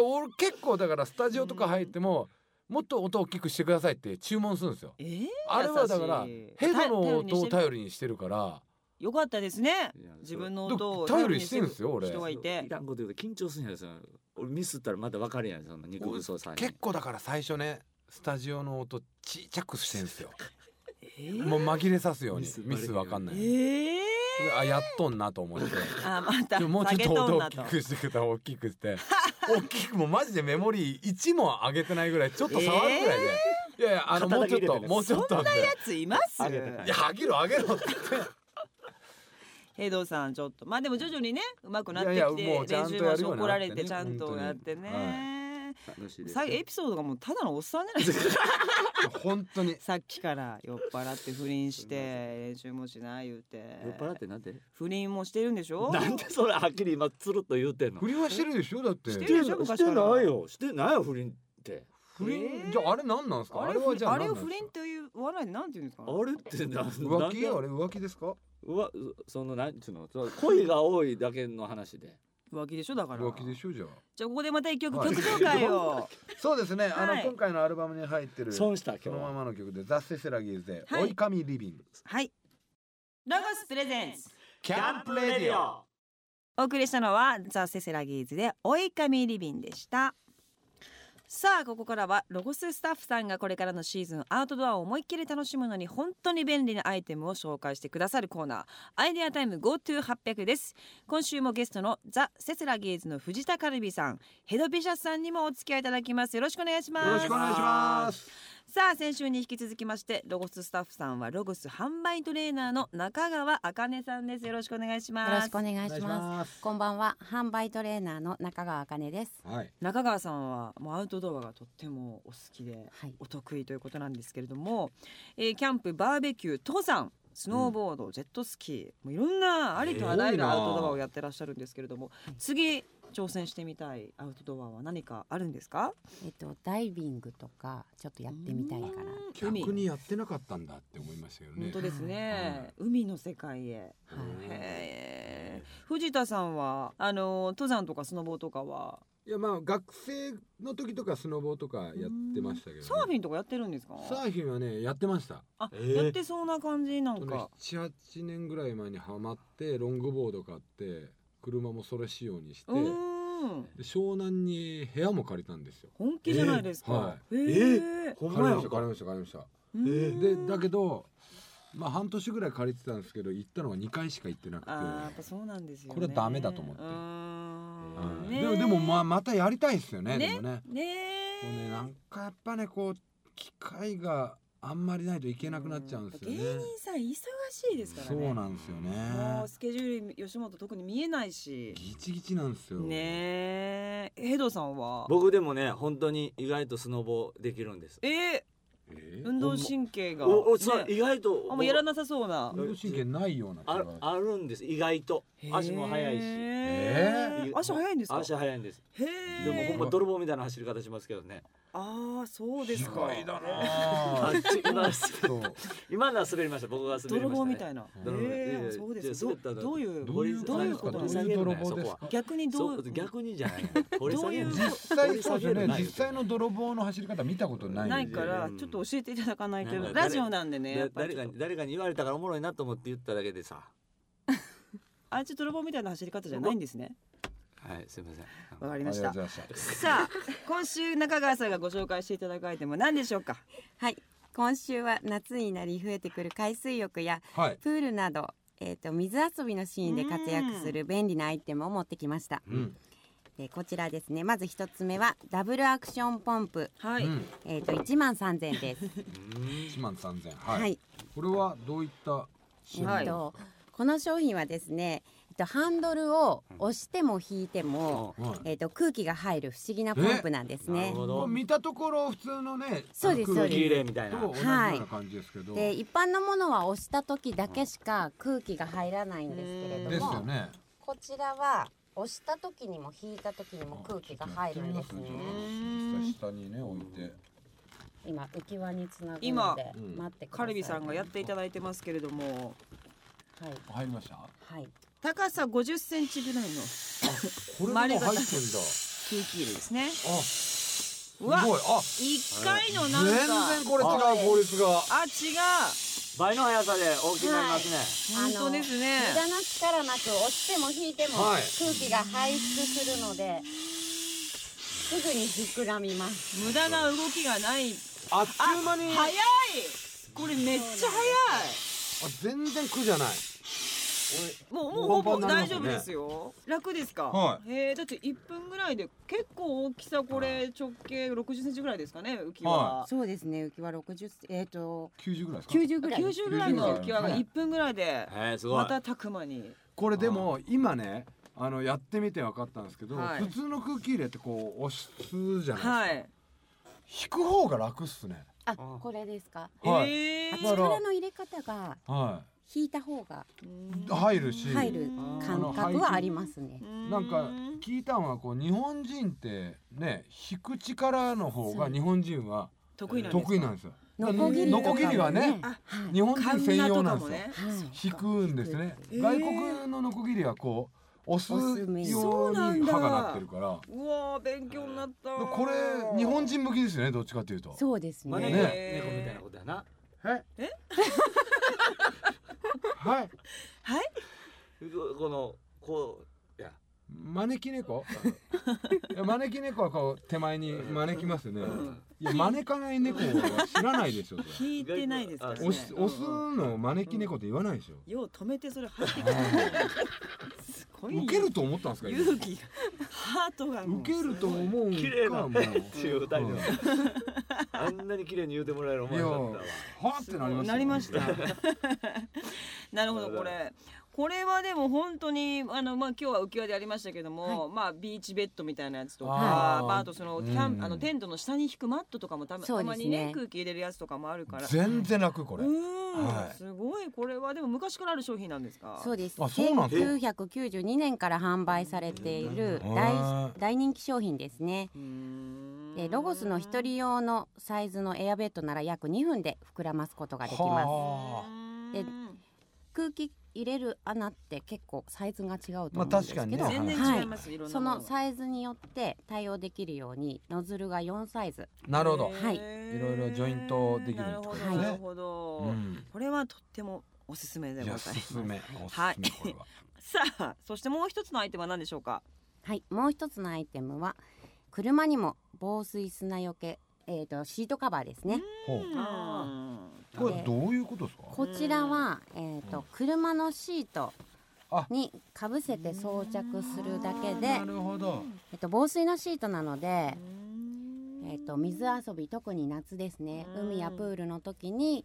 [SPEAKER 2] 俺結構だからスタジオとか入ってももっと音大きくしてくださいって注文するんですよ
[SPEAKER 1] えー
[SPEAKER 2] あれはだから
[SPEAKER 1] 優しい
[SPEAKER 2] ヘドの音を
[SPEAKER 1] た頼りにしてる
[SPEAKER 2] 頼りにしてるから
[SPEAKER 1] よかったですね
[SPEAKER 3] いやそう
[SPEAKER 1] 自分の
[SPEAKER 2] で
[SPEAKER 1] 音を
[SPEAKER 2] 頼りにしてるんです
[SPEAKER 1] よ
[SPEAKER 2] よ俺
[SPEAKER 1] 人はいて
[SPEAKER 3] いらんこと言うと緊張すんやでその俺ミスったらまた分かるやんその肉武装さんに
[SPEAKER 2] 結構だから最初ねスタジオの音ちっちゃくしてるんですよ
[SPEAKER 1] ええー
[SPEAKER 2] もう紛れさすように
[SPEAKER 3] ミス
[SPEAKER 2] ミスわかんない、
[SPEAKER 1] ええ
[SPEAKER 2] あやっとんなと思って
[SPEAKER 1] あまた
[SPEAKER 2] でももうちょっと
[SPEAKER 1] 下げと
[SPEAKER 2] 音
[SPEAKER 1] ん
[SPEAKER 2] 大
[SPEAKER 1] な
[SPEAKER 2] きくしてくれたら大きくして大きくもうマジでメモリー1も上げてないぐらいちょっと触るぐらいで、いやいやあのもうちょっと
[SPEAKER 3] 片手で入れてね
[SPEAKER 2] もうちょっとって
[SPEAKER 1] やついます
[SPEAKER 3] 上げてない
[SPEAKER 2] や上げろ上げろって
[SPEAKER 1] ヘドさんちょっとまあでも徐々にね上手くなって
[SPEAKER 2] いや
[SPEAKER 1] き
[SPEAKER 2] いやもう
[SPEAKER 1] て
[SPEAKER 2] ちゃ
[SPEAKER 1] 練
[SPEAKER 2] んと
[SPEAKER 1] 習
[SPEAKER 2] やるよう
[SPEAKER 1] も
[SPEAKER 2] にな
[SPEAKER 1] 怒
[SPEAKER 2] ってね
[SPEAKER 1] られてちゃんとやって
[SPEAKER 2] 本当に
[SPEAKER 1] ね
[SPEAKER 3] 楽しいです
[SPEAKER 1] 最後エピソードがもうただのおっさんじゃない ですか
[SPEAKER 2] 言って本当に
[SPEAKER 1] さっきから酔っ払って不倫して練習もしない言うて
[SPEAKER 3] 酔っ払ってなんで
[SPEAKER 1] 不倫もしてるんでしょ
[SPEAKER 3] なんでそれはっきり今つるっと言うてんの
[SPEAKER 2] 振りはしてるでしょだって
[SPEAKER 1] してる
[SPEAKER 3] してんのしてないよしてないよ不倫って
[SPEAKER 2] 不
[SPEAKER 1] えー
[SPEAKER 2] 倫じゃああれなんなんですか
[SPEAKER 1] あ
[SPEAKER 2] あ
[SPEAKER 1] れ
[SPEAKER 2] れはじゃあ
[SPEAKER 1] あれを
[SPEAKER 2] 何なん
[SPEAKER 1] 不
[SPEAKER 2] です
[SPEAKER 1] 倫というわないでなんて言うんですか
[SPEAKER 3] あれってな
[SPEAKER 2] か浮気
[SPEAKER 3] なん
[SPEAKER 2] あ
[SPEAKER 3] で
[SPEAKER 2] れ浮気ですか
[SPEAKER 3] うわそのなんちゅうのその恋が多いだけの話で
[SPEAKER 1] 浮気でしょだから
[SPEAKER 2] 浮気でしょじゃあ
[SPEAKER 1] じゃあここでまた一曲
[SPEAKER 2] はい
[SPEAKER 1] 曲紹介 を
[SPEAKER 2] そうですねあの
[SPEAKER 1] はい
[SPEAKER 2] 今回のアルバムに入ってるそ
[SPEAKER 3] 損した今日
[SPEAKER 2] のま
[SPEAKER 3] は
[SPEAKER 2] まの曲で「ザ・セセラギーズ」で「
[SPEAKER 1] はい
[SPEAKER 2] 追い神リビング
[SPEAKER 1] はいラゴスプレゼンス」
[SPEAKER 2] キャンプレディオ
[SPEAKER 1] お送りしたのはザ・セセラギーズで追い神リビンでしたさあここからはロゴススタッフさんがこれからのシーズンアウトドアを思いっきり楽しむのに本当に便利なアイテムを紹介してくださるコーナーアイデアタイム GoTo800 です今週もゲストのザ・セセラギーズの藤田カルビさんヘドビシャスさんにもお付き合いいただきますよろしくお願いします
[SPEAKER 2] よろしくお願いします
[SPEAKER 1] さあ先週に引き続きましてロゴススタッフさんはロゴス販売トレーナーの中川茜さんですよろしくお願いします
[SPEAKER 4] よろしくお願いし
[SPEAKER 2] お
[SPEAKER 4] ます。
[SPEAKER 2] す
[SPEAKER 4] こんばんは、販売トレーナーの中川茜です。
[SPEAKER 2] はい
[SPEAKER 1] 中川さんはもうアウトドアがとってもお好きで
[SPEAKER 4] はい。
[SPEAKER 1] お得意ということなんですけれども、えーキャンプバーベキュー登山スノーボード、ジェットスキーもういろんなありとあらゆる
[SPEAKER 2] すごい
[SPEAKER 1] アウ
[SPEAKER 2] な
[SPEAKER 1] トドアをやってらっしゃるんですけれども次挑戦してみたいアウトドアは何かあるんですか
[SPEAKER 4] えっとダイビングとかちょっとやってみたいかな。
[SPEAKER 1] うーん海
[SPEAKER 2] 逆にやってなかったんだって思いましたよ
[SPEAKER 1] 本
[SPEAKER 2] ね
[SPEAKER 1] 当ですね、海の世界へ
[SPEAKER 4] はい。
[SPEAKER 1] へえ藤田さんはあの登山とかスノボとかはい
[SPEAKER 2] やまあ学生の時とかスノボとかやってましたけどね
[SPEAKER 1] サーフィンとかやってるんですか
[SPEAKER 2] サーフィンはねやってました
[SPEAKER 1] あ、
[SPEAKER 3] えー
[SPEAKER 1] やってそうな感じな
[SPEAKER 2] そ
[SPEAKER 1] んか
[SPEAKER 2] の78年ぐらい前にハマってロングボード買って車もそれ仕様にして
[SPEAKER 1] うーん
[SPEAKER 2] で湘南に部屋も借りたんですよ
[SPEAKER 1] 本気じゃないですか。へえー
[SPEAKER 3] ほん
[SPEAKER 2] 借
[SPEAKER 3] ま
[SPEAKER 2] りま
[SPEAKER 3] やん
[SPEAKER 2] した
[SPEAKER 3] か
[SPEAKER 2] 借りました借りました
[SPEAKER 1] うーん
[SPEAKER 2] でだけどまあ半年ぐらい借りてたんですけど行ったのが2回しか行ってなくて
[SPEAKER 1] あーやっぱそうなんですよね。
[SPEAKER 2] これはダメだと思って
[SPEAKER 1] うー
[SPEAKER 2] は
[SPEAKER 1] ん
[SPEAKER 2] い
[SPEAKER 1] ね
[SPEAKER 2] でもでもまあまたやりたいですよね
[SPEAKER 1] ね
[SPEAKER 2] でもね
[SPEAKER 1] ね
[SPEAKER 2] こうねなんかやっぱねこう機会があんまりないといけなくなっちゃうんですよね
[SPEAKER 1] 芸人さん忙しいですから
[SPEAKER 2] そ
[SPEAKER 1] ね。
[SPEAKER 2] うなんですよ
[SPEAKER 1] も
[SPEAKER 2] ね
[SPEAKER 1] うスケジュール吉本特に見えないし。
[SPEAKER 2] ギチギチなんですよ
[SPEAKER 1] ねえ、ヘドさんは。
[SPEAKER 3] 僕でもね本当に意外とスノボできるんです
[SPEAKER 1] えー、
[SPEAKER 2] え
[SPEAKER 1] 運動神経が。
[SPEAKER 3] おおそう
[SPEAKER 1] ね
[SPEAKER 3] 意外と
[SPEAKER 1] あんまやらなさそうな。
[SPEAKER 2] 運動神経ないような気
[SPEAKER 3] あ
[SPEAKER 2] が
[SPEAKER 3] あるんです意外と足も速い
[SPEAKER 1] へ
[SPEAKER 3] しえ
[SPEAKER 1] ー足速いんですか。
[SPEAKER 3] 足速いんです
[SPEAKER 1] へえ。
[SPEAKER 3] でもほんま泥棒みたいな走り方しますけどね
[SPEAKER 1] ああそうですか。
[SPEAKER 2] 意外だな
[SPEAKER 3] 今
[SPEAKER 2] そう
[SPEAKER 3] 今のは滑りました僕が滑りました、ね、
[SPEAKER 1] 泥棒みたいな。
[SPEAKER 2] 泥棒
[SPEAKER 1] え
[SPEAKER 3] い
[SPEAKER 1] え
[SPEAKER 3] や
[SPEAKER 1] そうです
[SPEAKER 3] い
[SPEAKER 1] かど
[SPEAKER 3] や。滑ったの
[SPEAKER 1] どういう
[SPEAKER 2] どういう
[SPEAKER 1] どういうこと
[SPEAKER 2] どう
[SPEAKER 1] ですか
[SPEAKER 2] いう泥棒ですか
[SPEAKER 1] 逆にどう
[SPEAKER 3] そう逆にじゃない 掘り下げる
[SPEAKER 1] どういう
[SPEAKER 2] 実際そうですよ
[SPEAKER 3] 掘り下げる
[SPEAKER 2] ね
[SPEAKER 3] ない
[SPEAKER 2] 実際の泥棒の走り方見たことないんで
[SPEAKER 1] ないから
[SPEAKER 3] うん
[SPEAKER 1] ちょっと教えていただかないと
[SPEAKER 3] なんか
[SPEAKER 1] ラジオなんでねやっ
[SPEAKER 3] だ
[SPEAKER 1] ぱり
[SPEAKER 3] 誰
[SPEAKER 1] ちょ
[SPEAKER 3] か
[SPEAKER 1] っと
[SPEAKER 3] に誰かに言われたからおもろいなと思って言っただけでさ
[SPEAKER 1] あいつ泥棒みたいな走り方じゃないんですね
[SPEAKER 3] はいすいません
[SPEAKER 1] わか
[SPEAKER 2] あ
[SPEAKER 1] り
[SPEAKER 2] り
[SPEAKER 1] ま
[SPEAKER 2] が
[SPEAKER 1] し
[SPEAKER 2] とう
[SPEAKER 1] た
[SPEAKER 2] ございました
[SPEAKER 1] さあ今週中川さんがご紹介していただくアイテムは何でしょうか
[SPEAKER 4] はい。今週は夏になり増えてくる海水浴や
[SPEAKER 2] はい
[SPEAKER 4] プールなど。えっと水遊びのシーンで活躍する便利なアイテムを持ってきました。
[SPEAKER 2] うん
[SPEAKER 4] でこちらですね。まず一つ目はダブルアクションポンプ。
[SPEAKER 1] は
[SPEAKER 2] う
[SPEAKER 1] い
[SPEAKER 2] ん
[SPEAKER 4] えっ、と一万三千です。
[SPEAKER 2] 1万3000
[SPEAKER 4] は
[SPEAKER 2] はいい。これはどういった種類
[SPEAKER 4] えっと、この商品はですね、えっと、ハンドルを押しても引いても、
[SPEAKER 2] はい
[SPEAKER 4] えっと、空気が入る不思議なポンプなんです
[SPEAKER 3] なる
[SPEAKER 4] ね。
[SPEAKER 3] ほ
[SPEAKER 2] まあ
[SPEAKER 3] ど
[SPEAKER 2] 見たところ普通のね
[SPEAKER 4] そうです
[SPEAKER 2] 空気
[SPEAKER 3] 空気入
[SPEAKER 4] そうです
[SPEAKER 3] れみたいな
[SPEAKER 2] と同じような感じですけど
[SPEAKER 4] で
[SPEAKER 2] で
[SPEAKER 4] 一般のものは押した時だけしか空気が入らないんですけ
[SPEAKER 2] す
[SPEAKER 4] れど
[SPEAKER 2] よ
[SPEAKER 4] も、
[SPEAKER 2] ね
[SPEAKER 4] こちらは押した時にも引いた時にも空気が入るんですね。
[SPEAKER 2] ね下にね置いて
[SPEAKER 4] 今浮き輪につなぐ
[SPEAKER 1] 今
[SPEAKER 4] ので
[SPEAKER 2] うん
[SPEAKER 4] 待ってくださ
[SPEAKER 1] カ
[SPEAKER 4] い。
[SPEAKER 1] ルビさんがやっていただいてますけれども
[SPEAKER 4] はい
[SPEAKER 2] 入りました
[SPEAKER 4] はい。
[SPEAKER 1] 高さ50センチぐらいの
[SPEAKER 2] これも入ってんだあす
[SPEAKER 1] 空気入れですねう
[SPEAKER 2] ごい
[SPEAKER 1] わ
[SPEAKER 2] あ
[SPEAKER 1] 一回のなん
[SPEAKER 2] 全
[SPEAKER 1] か
[SPEAKER 2] 然これ違う効率が
[SPEAKER 1] あ違
[SPEAKER 3] 倍の速さで大きくなりますね、
[SPEAKER 1] う本当ですね
[SPEAKER 4] 無駄な力なく押しても引いても
[SPEAKER 2] はい
[SPEAKER 4] 空気が排出するので、すぐに膨らみます。
[SPEAKER 1] 無駄な動きがない
[SPEAKER 2] あっという間に
[SPEAKER 1] 早いこれめっちゃ
[SPEAKER 2] 全然苦じゃない
[SPEAKER 1] 早いもうもうほぼ
[SPEAKER 2] パンパン
[SPEAKER 1] 大
[SPEAKER 2] に
[SPEAKER 1] 丈
[SPEAKER 2] なり
[SPEAKER 1] 夫
[SPEAKER 2] ますね
[SPEAKER 1] ですよ楽ですか、、
[SPEAKER 5] はい
[SPEAKER 1] へえだって1分ぐらいで結構大きさこれ直径60センチぐらいですかね浮き輪、
[SPEAKER 5] は
[SPEAKER 4] そうですね浮き輪60えっ、と
[SPEAKER 5] 九十ぐらいですか。
[SPEAKER 4] 90ぐらい
[SPEAKER 1] 90ぐらいの浮き輪が1分ぐらいで
[SPEAKER 3] えー、すごい
[SPEAKER 1] ま。たたくまに
[SPEAKER 2] これでも今ねあのやってみて分かったんですけど、
[SPEAKER 1] はい
[SPEAKER 2] 普通の空気入れってこう押すじゃないですか、
[SPEAKER 1] はい、
[SPEAKER 2] 引く方が楽っすね
[SPEAKER 4] あこれですか
[SPEAKER 2] はい、
[SPEAKER 1] え
[SPEAKER 4] あ
[SPEAKER 1] ー
[SPEAKER 2] だから
[SPEAKER 4] 力の入れ方が
[SPEAKER 2] は
[SPEAKER 4] 引いた方が
[SPEAKER 2] 入るし
[SPEAKER 4] 入る感覚はありますね
[SPEAKER 2] い、なんか聞いたのはこう日本人ってね引く力の方が日本人は
[SPEAKER 1] 得意なんですか
[SPEAKER 2] 得意なんですよ
[SPEAKER 4] ノコギリ
[SPEAKER 2] ノコギリはね
[SPEAKER 4] はい
[SPEAKER 2] 日本人専用なんですよ、
[SPEAKER 4] はい
[SPEAKER 2] 引くんですね、
[SPEAKER 1] えー
[SPEAKER 2] 外国のノコギリはこう押す
[SPEAKER 4] 押す面
[SPEAKER 2] ように刃がなってるから
[SPEAKER 1] うわー勉強になった
[SPEAKER 2] これ日本人向きですよねどっちかというと
[SPEAKER 4] そうです
[SPEAKER 3] まあ、ね
[SPEAKER 4] ね
[SPEAKER 2] ね
[SPEAKER 3] 猫みたいなことやな。
[SPEAKER 2] はい
[SPEAKER 1] え
[SPEAKER 2] はい
[SPEAKER 1] はい
[SPEAKER 3] このこういや
[SPEAKER 2] 招き猫いや招き猫はこう手前に招きますよね
[SPEAKER 3] ん
[SPEAKER 2] いや招かない猫は知らないでしょそれ
[SPEAKER 1] 聞いてないですからね
[SPEAKER 2] 押し押す
[SPEAKER 1] うん
[SPEAKER 2] のを招き猫って言わないでしょ
[SPEAKER 1] よう止めてそれ入ってきたすごい
[SPEAKER 2] 受けると思ったんですか今
[SPEAKER 1] 勇気がハートがもう
[SPEAKER 2] 受けると思うん
[SPEAKER 3] 綺麗
[SPEAKER 2] か
[SPEAKER 3] な
[SPEAKER 2] もう
[SPEAKER 3] っていうタイプ。あんなに綺麗に言うてもらえる思いだったわ。
[SPEAKER 2] はーってなりました
[SPEAKER 1] なりましたなるほどこれこれはでも本当にあのまあ今日は浮き輪でありましたけども、まあビーチベッドみたいなやつとか
[SPEAKER 2] あ
[SPEAKER 1] あ
[SPEAKER 2] ー
[SPEAKER 1] まあ、あとそのキャン、
[SPEAKER 2] うん
[SPEAKER 1] あのテントの下に引くマットとかもた,、
[SPEAKER 4] そう
[SPEAKER 1] た
[SPEAKER 4] で
[SPEAKER 1] ま
[SPEAKER 4] すね
[SPEAKER 1] にね空気入れるやつとかもあるから
[SPEAKER 2] 全然楽これ
[SPEAKER 1] うーん、
[SPEAKER 2] はい
[SPEAKER 1] すごいこれはでも昔からある商品なんですか
[SPEAKER 4] そうです。
[SPEAKER 2] あそうなんだ
[SPEAKER 4] 1992年から販売されている
[SPEAKER 2] へー
[SPEAKER 4] 大大人気商品ですね。
[SPEAKER 1] うーん
[SPEAKER 4] でロゴスの一人用のサイズのエアベッドなら約2分で膨らますことができます。
[SPEAKER 1] う
[SPEAKER 2] はあ
[SPEAKER 1] ーん
[SPEAKER 4] で空気入れる穴って結構サイズが違うと思うん
[SPEAKER 2] まあ
[SPEAKER 4] で
[SPEAKER 2] 確
[SPEAKER 4] す
[SPEAKER 2] かに
[SPEAKER 4] け
[SPEAKER 2] ね
[SPEAKER 4] ど、
[SPEAKER 1] 全然違います、い、ろんな
[SPEAKER 4] そ
[SPEAKER 1] もの
[SPEAKER 4] の
[SPEAKER 1] が
[SPEAKER 4] サイズによって対応できるようにノズルが4サイズ。
[SPEAKER 2] なるほど
[SPEAKER 4] はい
[SPEAKER 1] い
[SPEAKER 2] いろいろジョイントできる
[SPEAKER 1] なる
[SPEAKER 2] ってこ
[SPEAKER 1] ほど
[SPEAKER 2] とですね
[SPEAKER 1] なるほど、
[SPEAKER 2] うん
[SPEAKER 1] これはとってもおすすめで
[SPEAKER 2] い
[SPEAKER 1] ござい
[SPEAKER 2] や
[SPEAKER 1] ま
[SPEAKER 2] おす
[SPEAKER 1] す
[SPEAKER 2] すめおすす
[SPEAKER 1] はい
[SPEAKER 2] めこれは
[SPEAKER 1] さあそしてもう一つのアイテムは何でしょうか
[SPEAKER 4] はい、もう一つのアイテムは車にも防水砂よけ、えー、とシートカバーですね。
[SPEAKER 2] ほう
[SPEAKER 1] あ
[SPEAKER 2] これどういうことですか
[SPEAKER 4] こちらは、えーと車のシート
[SPEAKER 2] あ
[SPEAKER 4] にかぶせて装着するだけで、
[SPEAKER 2] なるほど
[SPEAKER 4] えっと、防水のシートなので、え
[SPEAKER 1] え
[SPEAKER 4] っと、水遊び特に夏ですね
[SPEAKER 1] うん
[SPEAKER 4] 海やプールの時に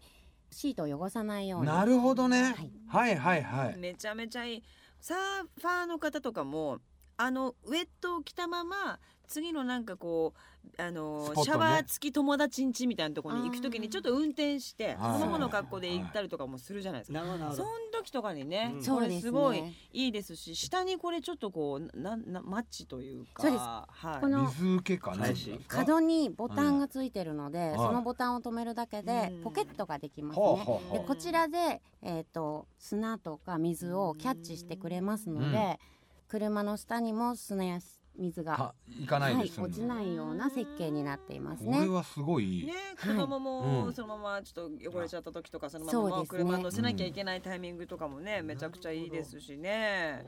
[SPEAKER 4] シートを汚さないように
[SPEAKER 2] なるほどね
[SPEAKER 4] はい
[SPEAKER 2] はいはいはい
[SPEAKER 1] めちゃめちゃいいサーファーの方とかもあのウェットを着たまま次のなんかこうあの
[SPEAKER 2] スポットね
[SPEAKER 1] シャワー付き友達ん家みたいなところに行くとき
[SPEAKER 4] あ
[SPEAKER 1] に
[SPEAKER 4] ー
[SPEAKER 1] ちょっと運転して
[SPEAKER 2] はい
[SPEAKER 1] その子の格好で行ったりとかもするじゃないですか、
[SPEAKER 3] なるほどなるほ
[SPEAKER 1] そ
[SPEAKER 3] ど
[SPEAKER 1] の。時とかにね、
[SPEAKER 3] うん
[SPEAKER 1] こ
[SPEAKER 4] そうです
[SPEAKER 1] れ
[SPEAKER 4] ね
[SPEAKER 1] すごいいいですし下にこれちょっとこうななマッチというか
[SPEAKER 4] そうです
[SPEAKER 1] はい、
[SPEAKER 4] この
[SPEAKER 2] 水受けかな
[SPEAKER 3] はい
[SPEAKER 4] 角にボタンがついてるので、
[SPEAKER 2] い
[SPEAKER 4] そのボタンを止めるだけで
[SPEAKER 1] うん
[SPEAKER 4] ポケットができますね。
[SPEAKER 2] ほうほう
[SPEAKER 4] で
[SPEAKER 2] ほ
[SPEAKER 1] うん
[SPEAKER 2] う
[SPEAKER 4] こちらで、えー、と砂とか水をキャッチしてくれますので、
[SPEAKER 2] う
[SPEAKER 4] 車の下にも砂や水が、
[SPEAKER 2] あ行かない
[SPEAKER 4] は
[SPEAKER 2] で
[SPEAKER 4] い、
[SPEAKER 2] す
[SPEAKER 4] 落ちないような設計になっています
[SPEAKER 2] これ
[SPEAKER 4] ね。
[SPEAKER 2] はすごい
[SPEAKER 1] ね、子供
[SPEAKER 2] う
[SPEAKER 1] も
[SPEAKER 2] ん
[SPEAKER 1] そのままちょっと汚れちゃった時とかそのま
[SPEAKER 4] そう
[SPEAKER 1] ま
[SPEAKER 4] ですね
[SPEAKER 1] 車に乗せなきゃいけないタイミングとかもねめちゃくちゃいいですしね。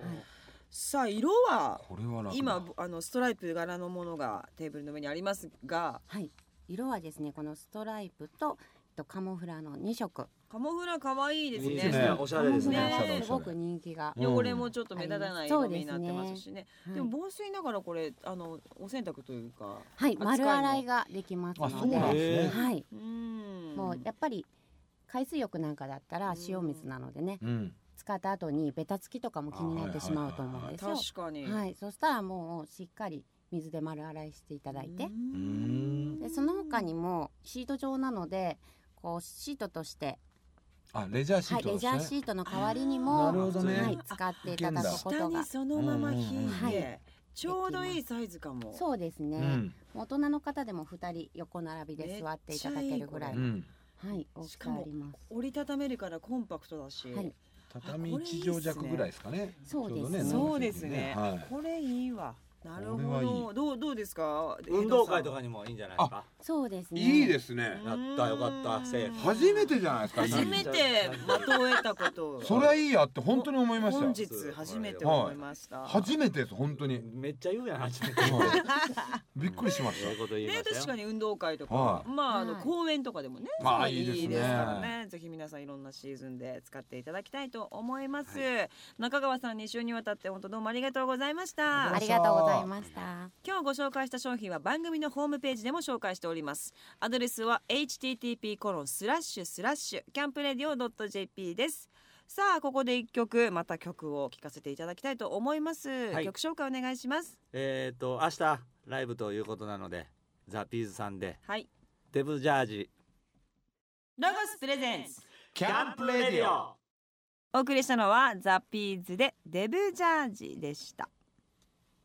[SPEAKER 1] さあ色は
[SPEAKER 2] これは楽だ
[SPEAKER 1] 今あのストライプ柄のものがテーブルの上にありますが
[SPEAKER 4] はい、色はですねこのストライプとえっとカモフラの2色
[SPEAKER 1] カモフラ可愛いです
[SPEAKER 3] いい
[SPEAKER 1] ね。
[SPEAKER 3] ですね。おしゃれです
[SPEAKER 1] ね
[SPEAKER 3] ね。
[SPEAKER 1] おしゃれ
[SPEAKER 2] おしゃれ
[SPEAKER 4] すごく人気が、
[SPEAKER 2] うん
[SPEAKER 1] 汚れもちょっと目立たない色味になってますしね。
[SPEAKER 4] はい
[SPEAKER 1] でも防水ながらこれあのお洗濯というか。
[SPEAKER 4] は
[SPEAKER 1] 扱
[SPEAKER 4] い、
[SPEAKER 1] いも
[SPEAKER 4] 丸洗いができます
[SPEAKER 2] あそう
[SPEAKER 4] ので
[SPEAKER 2] なんですね
[SPEAKER 4] はい、
[SPEAKER 1] うん。
[SPEAKER 4] もうやっぱり海水浴なんかだった
[SPEAKER 1] う
[SPEAKER 4] ら
[SPEAKER 1] ん
[SPEAKER 4] 塩水なのでね、
[SPEAKER 2] うん
[SPEAKER 4] 使った後にベタつきとかも気になってしまうと思うんですよ。
[SPEAKER 1] 確かに。
[SPEAKER 4] はい、そしたらもうしっかり水で丸洗いしていただいて、
[SPEAKER 2] ん
[SPEAKER 4] でその他にもシート状なのでこうシートとして、
[SPEAKER 2] あレジャーシ
[SPEAKER 4] は
[SPEAKER 2] ー
[SPEAKER 4] い、
[SPEAKER 2] ト
[SPEAKER 4] レ
[SPEAKER 2] です
[SPEAKER 4] ジ
[SPEAKER 2] ね
[SPEAKER 4] ャーシートの代わりに
[SPEAKER 2] な
[SPEAKER 4] も、
[SPEAKER 2] るほどね
[SPEAKER 4] はい、使っていただくこと
[SPEAKER 1] 下
[SPEAKER 4] が
[SPEAKER 1] にそのまま引い
[SPEAKER 4] うんうんうんは
[SPEAKER 1] てちょうどいいサイズかも。
[SPEAKER 4] そうですね、
[SPEAKER 2] うん
[SPEAKER 4] 大人の方でも2人横並びで座っていただけるぐらい
[SPEAKER 2] うんん
[SPEAKER 4] はい、大きさあります。
[SPEAKER 1] 折りたためるからコンパクトだし、
[SPEAKER 4] はい
[SPEAKER 2] 畳一畳弱ぐらいですかね
[SPEAKER 4] そうですね
[SPEAKER 2] ちょど
[SPEAKER 1] そうですね
[SPEAKER 2] はい
[SPEAKER 1] これいいわなるほ
[SPEAKER 5] これはい
[SPEAKER 1] ど。
[SPEAKER 5] い
[SPEAKER 1] どうどうですか。
[SPEAKER 3] 運動会と
[SPEAKER 1] か。
[SPEAKER 3] かにもいいんじゃないですか
[SPEAKER 4] そうですね
[SPEAKER 5] いいですね
[SPEAKER 3] やったよかったセーフ
[SPEAKER 5] 初めてじゃないですかいい
[SPEAKER 1] 初めて的を得たことを。
[SPEAKER 5] それはいいやって本当に思いま
[SPEAKER 1] 本
[SPEAKER 5] したよ
[SPEAKER 1] 日初めて思いました。
[SPEAKER 5] 初めてです本当に、
[SPEAKER 3] めっちゃ言うやん初めて
[SPEAKER 5] はいびっくりしまし
[SPEAKER 3] そういうこと言いま
[SPEAKER 1] ね
[SPEAKER 3] したよ
[SPEAKER 1] 確かに運動会とか、
[SPEAKER 5] はい
[SPEAKER 1] まああの
[SPEAKER 4] はい
[SPEAKER 1] 公園とかでもね、
[SPEAKER 5] まあ
[SPEAKER 1] すご
[SPEAKER 5] いいですね
[SPEAKER 1] からね。ぜひ皆さんいろんなシーズンで使っていただきたいと思います。中川さん2週にわたって本当どうもありがとうございました。
[SPEAKER 4] ありがとうございました
[SPEAKER 1] 今日ご紹介した商品は番組のホームページでも紹介しておりますアドレスは http コロンスラッシュスラッシュキャンプレディオ .jp ですさあここで一曲また曲を聴かせていただきたいと思います、
[SPEAKER 3] い
[SPEAKER 1] 曲紹介お願いします
[SPEAKER 3] えっと明日ライブということなのでザ・ピーズさんで
[SPEAKER 1] はい
[SPEAKER 3] デブジャージ
[SPEAKER 1] ロゴスプレゼンス
[SPEAKER 5] キャンプレディオ
[SPEAKER 1] お送りしたのはザ・ピーズでデブジャージでした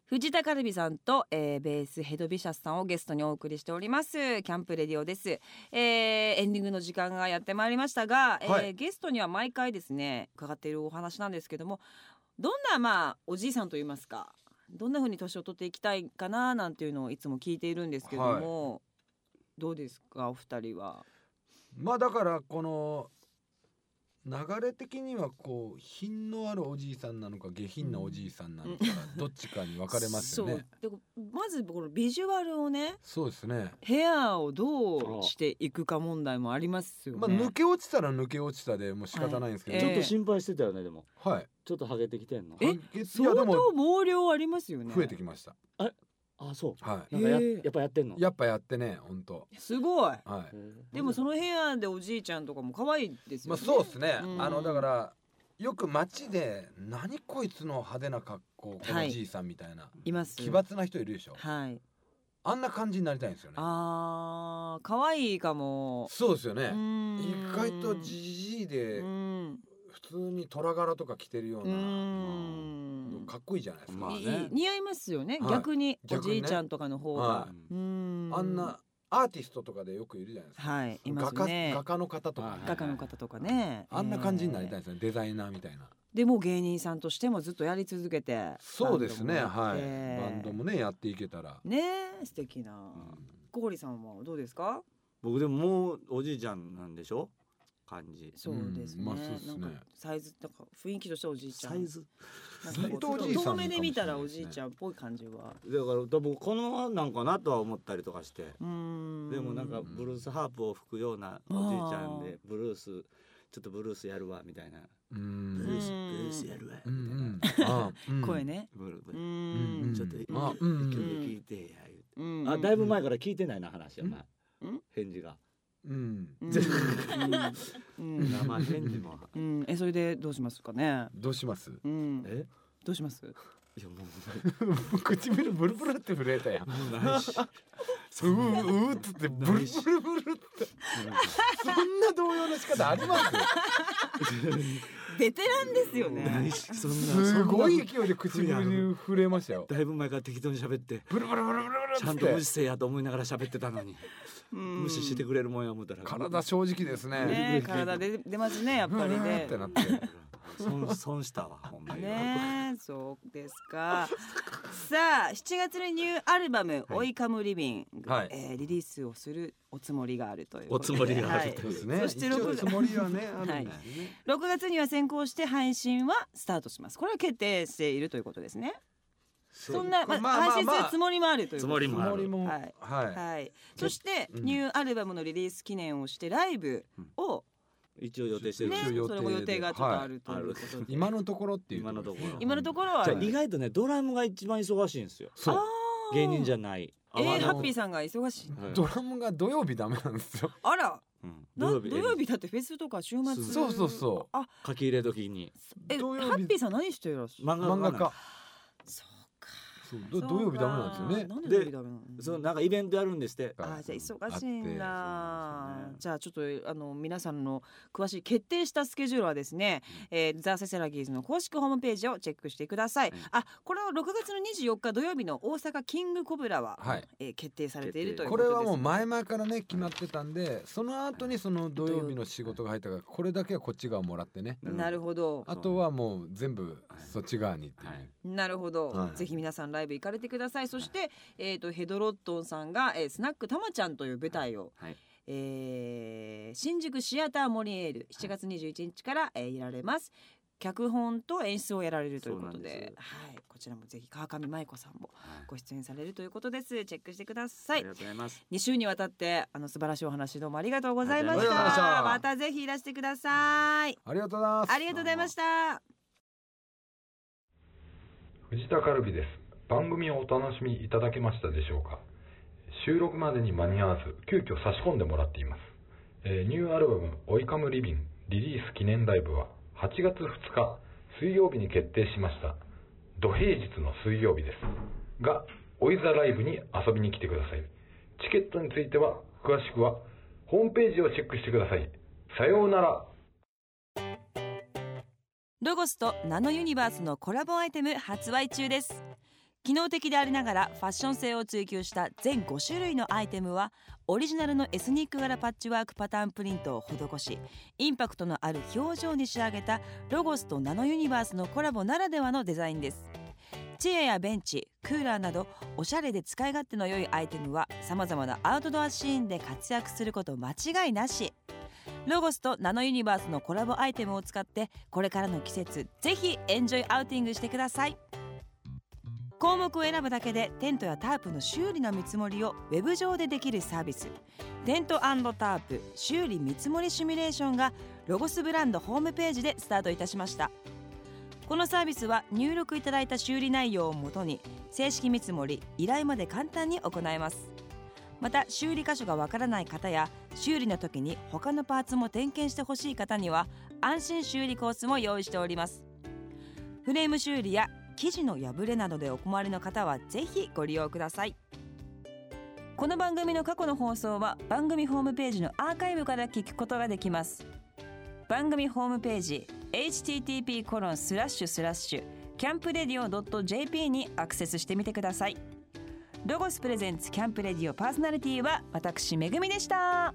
[SPEAKER 1] 藤田カルビさんと、えーベースヘドビシャスさんをゲストにお送りしておりますキャンプレディオです、えーエンディングの時間がやってまいりましたが、えー
[SPEAKER 5] はい
[SPEAKER 1] ゲストには毎回ですね伺っているお話なんですけどもどんなまあおじいさんと言いますかどんな風に年を取っていきたいかななんていうのをいつも聞いているんですけども、どうですかお二人は
[SPEAKER 2] まあだからこの流れ的にはこう品のあるおじいさんなのか下品なおじいさんなのかどっちかに分かれますよね。
[SPEAKER 1] そうでまずこのビジュアルをね
[SPEAKER 2] そうですね。
[SPEAKER 1] ヘアをどうしていくか問題もありますよね。
[SPEAKER 2] まあ抜け落ちたら抜け落ちたでもう仕方ないんですけ
[SPEAKER 1] えは
[SPEAKER 2] ど、はいい
[SPEAKER 1] え
[SPEAKER 3] 心配してたよねでも
[SPEAKER 2] はい、
[SPEAKER 3] ちょっとハゲてきてんの
[SPEAKER 1] え
[SPEAKER 2] 半月いや
[SPEAKER 1] 相
[SPEAKER 2] で
[SPEAKER 1] 当
[SPEAKER 2] も
[SPEAKER 1] 毛量ありますよね。
[SPEAKER 2] 増えてきました。
[SPEAKER 3] あそう
[SPEAKER 2] は
[SPEAKER 3] なんかや
[SPEAKER 1] へー
[SPEAKER 3] やっぱやってんの
[SPEAKER 2] い。やっぱやってね本当。
[SPEAKER 1] すごい。
[SPEAKER 2] は
[SPEAKER 3] へ
[SPEAKER 2] い。
[SPEAKER 3] ー
[SPEAKER 1] でもそのヘアでおじいちゃんとかも可愛いです
[SPEAKER 2] ま
[SPEAKER 1] よ
[SPEAKER 2] あ
[SPEAKER 1] ね。
[SPEAKER 2] そうですね。
[SPEAKER 1] うん
[SPEAKER 2] あのだからよく街で何こいつの派手な格好このおじいさんみたいな、
[SPEAKER 1] います。
[SPEAKER 2] 奇抜な人いるでしょ。
[SPEAKER 1] はい。
[SPEAKER 2] あんな感じになりたいんですよね。
[SPEAKER 1] ああ可愛いかも。
[SPEAKER 2] そうですよね。意
[SPEAKER 1] 意
[SPEAKER 2] 外とじじいで
[SPEAKER 1] うん。
[SPEAKER 2] 普通に虎柄とか着てるよう
[SPEAKER 1] う
[SPEAKER 2] な、
[SPEAKER 1] ん。
[SPEAKER 2] かっこいいじゃないですか、
[SPEAKER 3] まあ
[SPEAKER 1] いい
[SPEAKER 3] ね
[SPEAKER 1] 似合いますよね。
[SPEAKER 2] はい
[SPEAKER 1] 逆にお
[SPEAKER 2] 逆に
[SPEAKER 1] じ
[SPEAKER 2] ね
[SPEAKER 1] いちゃんとかの方
[SPEAKER 2] は
[SPEAKER 1] が。
[SPEAKER 2] い
[SPEAKER 1] うん。
[SPEAKER 2] あんな。アーティストとかでよくいるじゃないですか、
[SPEAKER 1] はい。います
[SPEAKER 2] 画家
[SPEAKER 1] ね
[SPEAKER 2] 画。家の方とか、
[SPEAKER 3] はい
[SPEAKER 1] 画家の方とかね。
[SPEAKER 2] あんな感じになりたい
[SPEAKER 1] い。
[SPEAKER 2] ですね、デザイナーみたいな
[SPEAKER 1] でもう芸人さんとしてもずっとやり続けて
[SPEAKER 2] そうですね
[SPEAKER 1] バンドもやっ
[SPEAKER 2] はい、
[SPEAKER 1] て
[SPEAKER 2] バンドもねやっていけたら、
[SPEAKER 1] ねえ素敵な
[SPEAKER 2] うん
[SPEAKER 1] 小堀さんはどうですか
[SPEAKER 3] 僕でももうおじいちゃんなんでしょ感じ
[SPEAKER 1] そうですね,、
[SPEAKER 2] まあそうですね
[SPEAKER 1] なんかサイズとか雰囲気としてはおじいちゃん
[SPEAKER 3] サイズ
[SPEAKER 1] なんかこう
[SPEAKER 2] ずっとおじいさん
[SPEAKER 1] 遠目で見たらおじいちゃんっぽい感じは
[SPEAKER 3] だから多分このままなんかなとは思ったりとかして
[SPEAKER 1] うーん
[SPEAKER 3] でもなんかブルースハープを吹くようなおじいちゃんでブルースちょっとブルースやるわみたいな
[SPEAKER 2] う
[SPEAKER 3] ブル
[SPEAKER 2] ん
[SPEAKER 3] ース
[SPEAKER 1] う
[SPEAKER 3] ブ
[SPEAKER 1] ん
[SPEAKER 3] ルースやるわ
[SPEAKER 2] う
[SPEAKER 3] みたい
[SPEAKER 2] う
[SPEAKER 3] なん
[SPEAKER 2] んあうん
[SPEAKER 1] 声ね
[SPEAKER 3] ブルブ
[SPEAKER 1] うー
[SPEAKER 2] う
[SPEAKER 3] ル
[SPEAKER 2] ん
[SPEAKER 1] ん
[SPEAKER 3] ちょっと一曲
[SPEAKER 2] あうん
[SPEAKER 3] 聞いてや言うて
[SPEAKER 1] うん
[SPEAKER 3] あだいぶ前から聞いてないな話はまあ
[SPEAKER 1] うん
[SPEAKER 3] 返事が
[SPEAKER 2] うん
[SPEAKER 1] うんうんうん
[SPEAKER 3] まあ返事も
[SPEAKER 1] うんえそれでどうしますかね
[SPEAKER 2] どうします
[SPEAKER 1] うん
[SPEAKER 3] え
[SPEAKER 1] どうします
[SPEAKER 3] いやも
[SPEAKER 2] 唇ブルブルって震えたやん
[SPEAKER 3] うもうないし
[SPEAKER 2] うううっつってブルブルブルブルってそんな動揺の仕方あります
[SPEAKER 1] ベテランですよ
[SPEAKER 3] ない
[SPEAKER 1] ね
[SPEAKER 3] しそんな
[SPEAKER 2] すごい
[SPEAKER 3] そん
[SPEAKER 2] 勢いで口ぶに震えましたよ。
[SPEAKER 3] なだいぶ前から適当に喋って
[SPEAKER 2] ブルブルブルブル
[SPEAKER 3] ちゃん
[SPEAKER 2] ブ
[SPEAKER 3] と
[SPEAKER 2] ル
[SPEAKER 3] 無
[SPEAKER 2] っつ
[SPEAKER 3] 視
[SPEAKER 2] って
[SPEAKER 3] せえやと思いながら喋ってたのに無
[SPEAKER 1] 無
[SPEAKER 3] 視してくれるもんや思ったら
[SPEAKER 2] 体正直ですね。
[SPEAKER 1] ねえ体で出ますねやっぱりね
[SPEAKER 2] ブルブルってなって。
[SPEAKER 3] 損損したわほんまに
[SPEAKER 1] ねえそうですかさあ7月のニューアルバム「オイカムリビング」
[SPEAKER 2] はい
[SPEAKER 1] えーリリースをするおつもりがあるという
[SPEAKER 3] お
[SPEAKER 1] こと
[SPEAKER 3] つ
[SPEAKER 1] で
[SPEAKER 3] もりがある
[SPEAKER 1] はい
[SPEAKER 3] と
[SPEAKER 2] そう
[SPEAKER 3] い
[SPEAKER 2] で
[SPEAKER 3] う
[SPEAKER 2] すね。
[SPEAKER 1] そして
[SPEAKER 2] 一
[SPEAKER 1] 六
[SPEAKER 2] 応つもりはねあるん
[SPEAKER 1] はい
[SPEAKER 2] ですね。
[SPEAKER 1] 6月には先行して配信はスタートしますこれは決定しているということですねそんな、まあ
[SPEAKER 2] まあまあ
[SPEAKER 1] 配信するつもりもあるという
[SPEAKER 3] つ
[SPEAKER 1] こと
[SPEAKER 3] もり
[SPEAKER 2] つ
[SPEAKER 3] もあ
[SPEAKER 2] もり
[SPEAKER 3] る
[SPEAKER 2] も
[SPEAKER 1] は
[SPEAKER 2] はいい。
[SPEAKER 1] はい、そして、
[SPEAKER 2] うん
[SPEAKER 1] ニューアルバムのリリース記念をしてライブを、
[SPEAKER 3] 一応予定してる
[SPEAKER 1] ね
[SPEAKER 2] 一応予定で
[SPEAKER 1] それも予定がちょっとあると
[SPEAKER 3] はいいう
[SPEAKER 1] ことで、
[SPEAKER 2] 今のところっていう。
[SPEAKER 3] 今のところ
[SPEAKER 1] 今のところは
[SPEAKER 3] じゃあ意外とねドラムが一番忙しいんですよ
[SPEAKER 2] そう。
[SPEAKER 3] 芸人じ
[SPEAKER 1] ゃ
[SPEAKER 3] ゃない
[SPEAKER 1] えー、
[SPEAKER 2] あの
[SPEAKER 1] ハッピーさんが忙しい
[SPEAKER 3] はい
[SPEAKER 2] ドラムが土曜日ダメなんですよ。
[SPEAKER 1] あら
[SPEAKER 3] うん
[SPEAKER 1] な
[SPEAKER 3] 土曜日
[SPEAKER 1] 土曜日だってフェスとか週末
[SPEAKER 2] そうそうそう
[SPEAKER 1] あ
[SPEAKER 3] 書き入れ時に
[SPEAKER 1] え
[SPEAKER 2] 土曜日
[SPEAKER 1] ハッピーさん何してらっしゃる
[SPEAKER 3] 漫画
[SPEAKER 2] 漫画家。
[SPEAKER 1] そうか
[SPEAKER 2] そうど土曜日ダメなんですよね。
[SPEAKER 1] なんで
[SPEAKER 3] で
[SPEAKER 1] 土曜日ダメなの
[SPEAKER 3] そうなんかイベントやるんですって
[SPEAKER 1] あじゃあ忙しいんだ
[SPEAKER 3] あってそうなんですよね
[SPEAKER 1] じゃあちょっとあの皆さんの詳しい決定したスケジュールはですね、えー、ザ・セセラギーズの公式ホームページをチェックしてください、
[SPEAKER 3] うん
[SPEAKER 1] あこれは6月の24日土曜日の大阪キングコブラは、
[SPEAKER 2] はい
[SPEAKER 1] えー決定されているというこ
[SPEAKER 2] こと
[SPEAKER 1] で
[SPEAKER 2] れ
[SPEAKER 1] す
[SPEAKER 2] はもう前々からね決まってたんで、その後にその土曜日の仕事が入ったから、これだけはこっち側もらってね。
[SPEAKER 1] なるほど
[SPEAKER 2] あとはもう全部そっち側にっていう、
[SPEAKER 3] はい
[SPEAKER 1] なるほど、
[SPEAKER 5] はい
[SPEAKER 1] ぜひ皆さんライブ行かれてくださいそして、えー、とヘドロットンさんが、えースナックたまちゃん」という舞台を、
[SPEAKER 3] はい
[SPEAKER 1] えー新宿シアターモリエール7月21日から、えーやられます脚本と演出をやられるということで
[SPEAKER 3] そうなんです
[SPEAKER 1] はい、こちらもぜひ川上舞子さんも
[SPEAKER 3] はい
[SPEAKER 1] ご出演されるということですチェックしてくだ
[SPEAKER 3] あ
[SPEAKER 1] さ
[SPEAKER 3] り
[SPEAKER 1] い
[SPEAKER 3] がとうございます。
[SPEAKER 1] 2週にわたってあの素晴らしいお話どうもありがとうございまし
[SPEAKER 5] ありがとうございま
[SPEAKER 1] た
[SPEAKER 5] した
[SPEAKER 1] またぜひいらしてください
[SPEAKER 2] ありがとうございます
[SPEAKER 1] ありがとうございました
[SPEAKER 6] 藤田カルビです番組をお楽しみいただけましたでしょうか収録までに間に合わず急遽差し込んでもらっています、えーニューアルバム「オイカムリビン」リリース記念ライブは8月2日水曜日に決定しました土平日の水曜日ですがオイザライブに遊びに来てくださいチケットについては詳しくはホームページをチェックしてくださいさようなら
[SPEAKER 1] ロゴスとナノユニバースのコラボアイテム発売中です機能的でありながらファッション性を追求した全5種類のアイテムはオリジナルのエスニック柄パッチワークパターンプリントを施しインパクトのある表情に仕上げたロゴスとナノユニバースのコラボならではのデザインですチェアやベンチクーラーなどおしゃれで使い勝手の良いアイテムはさまざまなアウトドアシーンで活躍すること間違いなしロゴスとナノユニバースのコラボアイテムを使ってこれからの季節ぜひエンジョイアウティングしてください項目を選ぶだけでテントやタープの修理の見積もりをウェブ上でできるサービステントタープ修理見積もりシミュレーションがロゴスブランドホームページでスタートいたしましたこのサービスは入力いただいた修理内容をもとに正式見積もり依頼まで簡単に行えますまた修理箇所がわからない方や修理の時に他のパーツも点検してほしい方には安心修理コースも用意しておりますフレーム修理や生地の破れなどでお困りの方はぜひご利用くださいこの番組の過去の放送は番組ホームページのアーカイブから聞くことができます番組ホームページ http コロンスラッシュスラッシュキャンプレディオ .jp にアクセスしてみてくださいロゴスプレゼンツキャンプレディオパーソナリティは私めぐみでした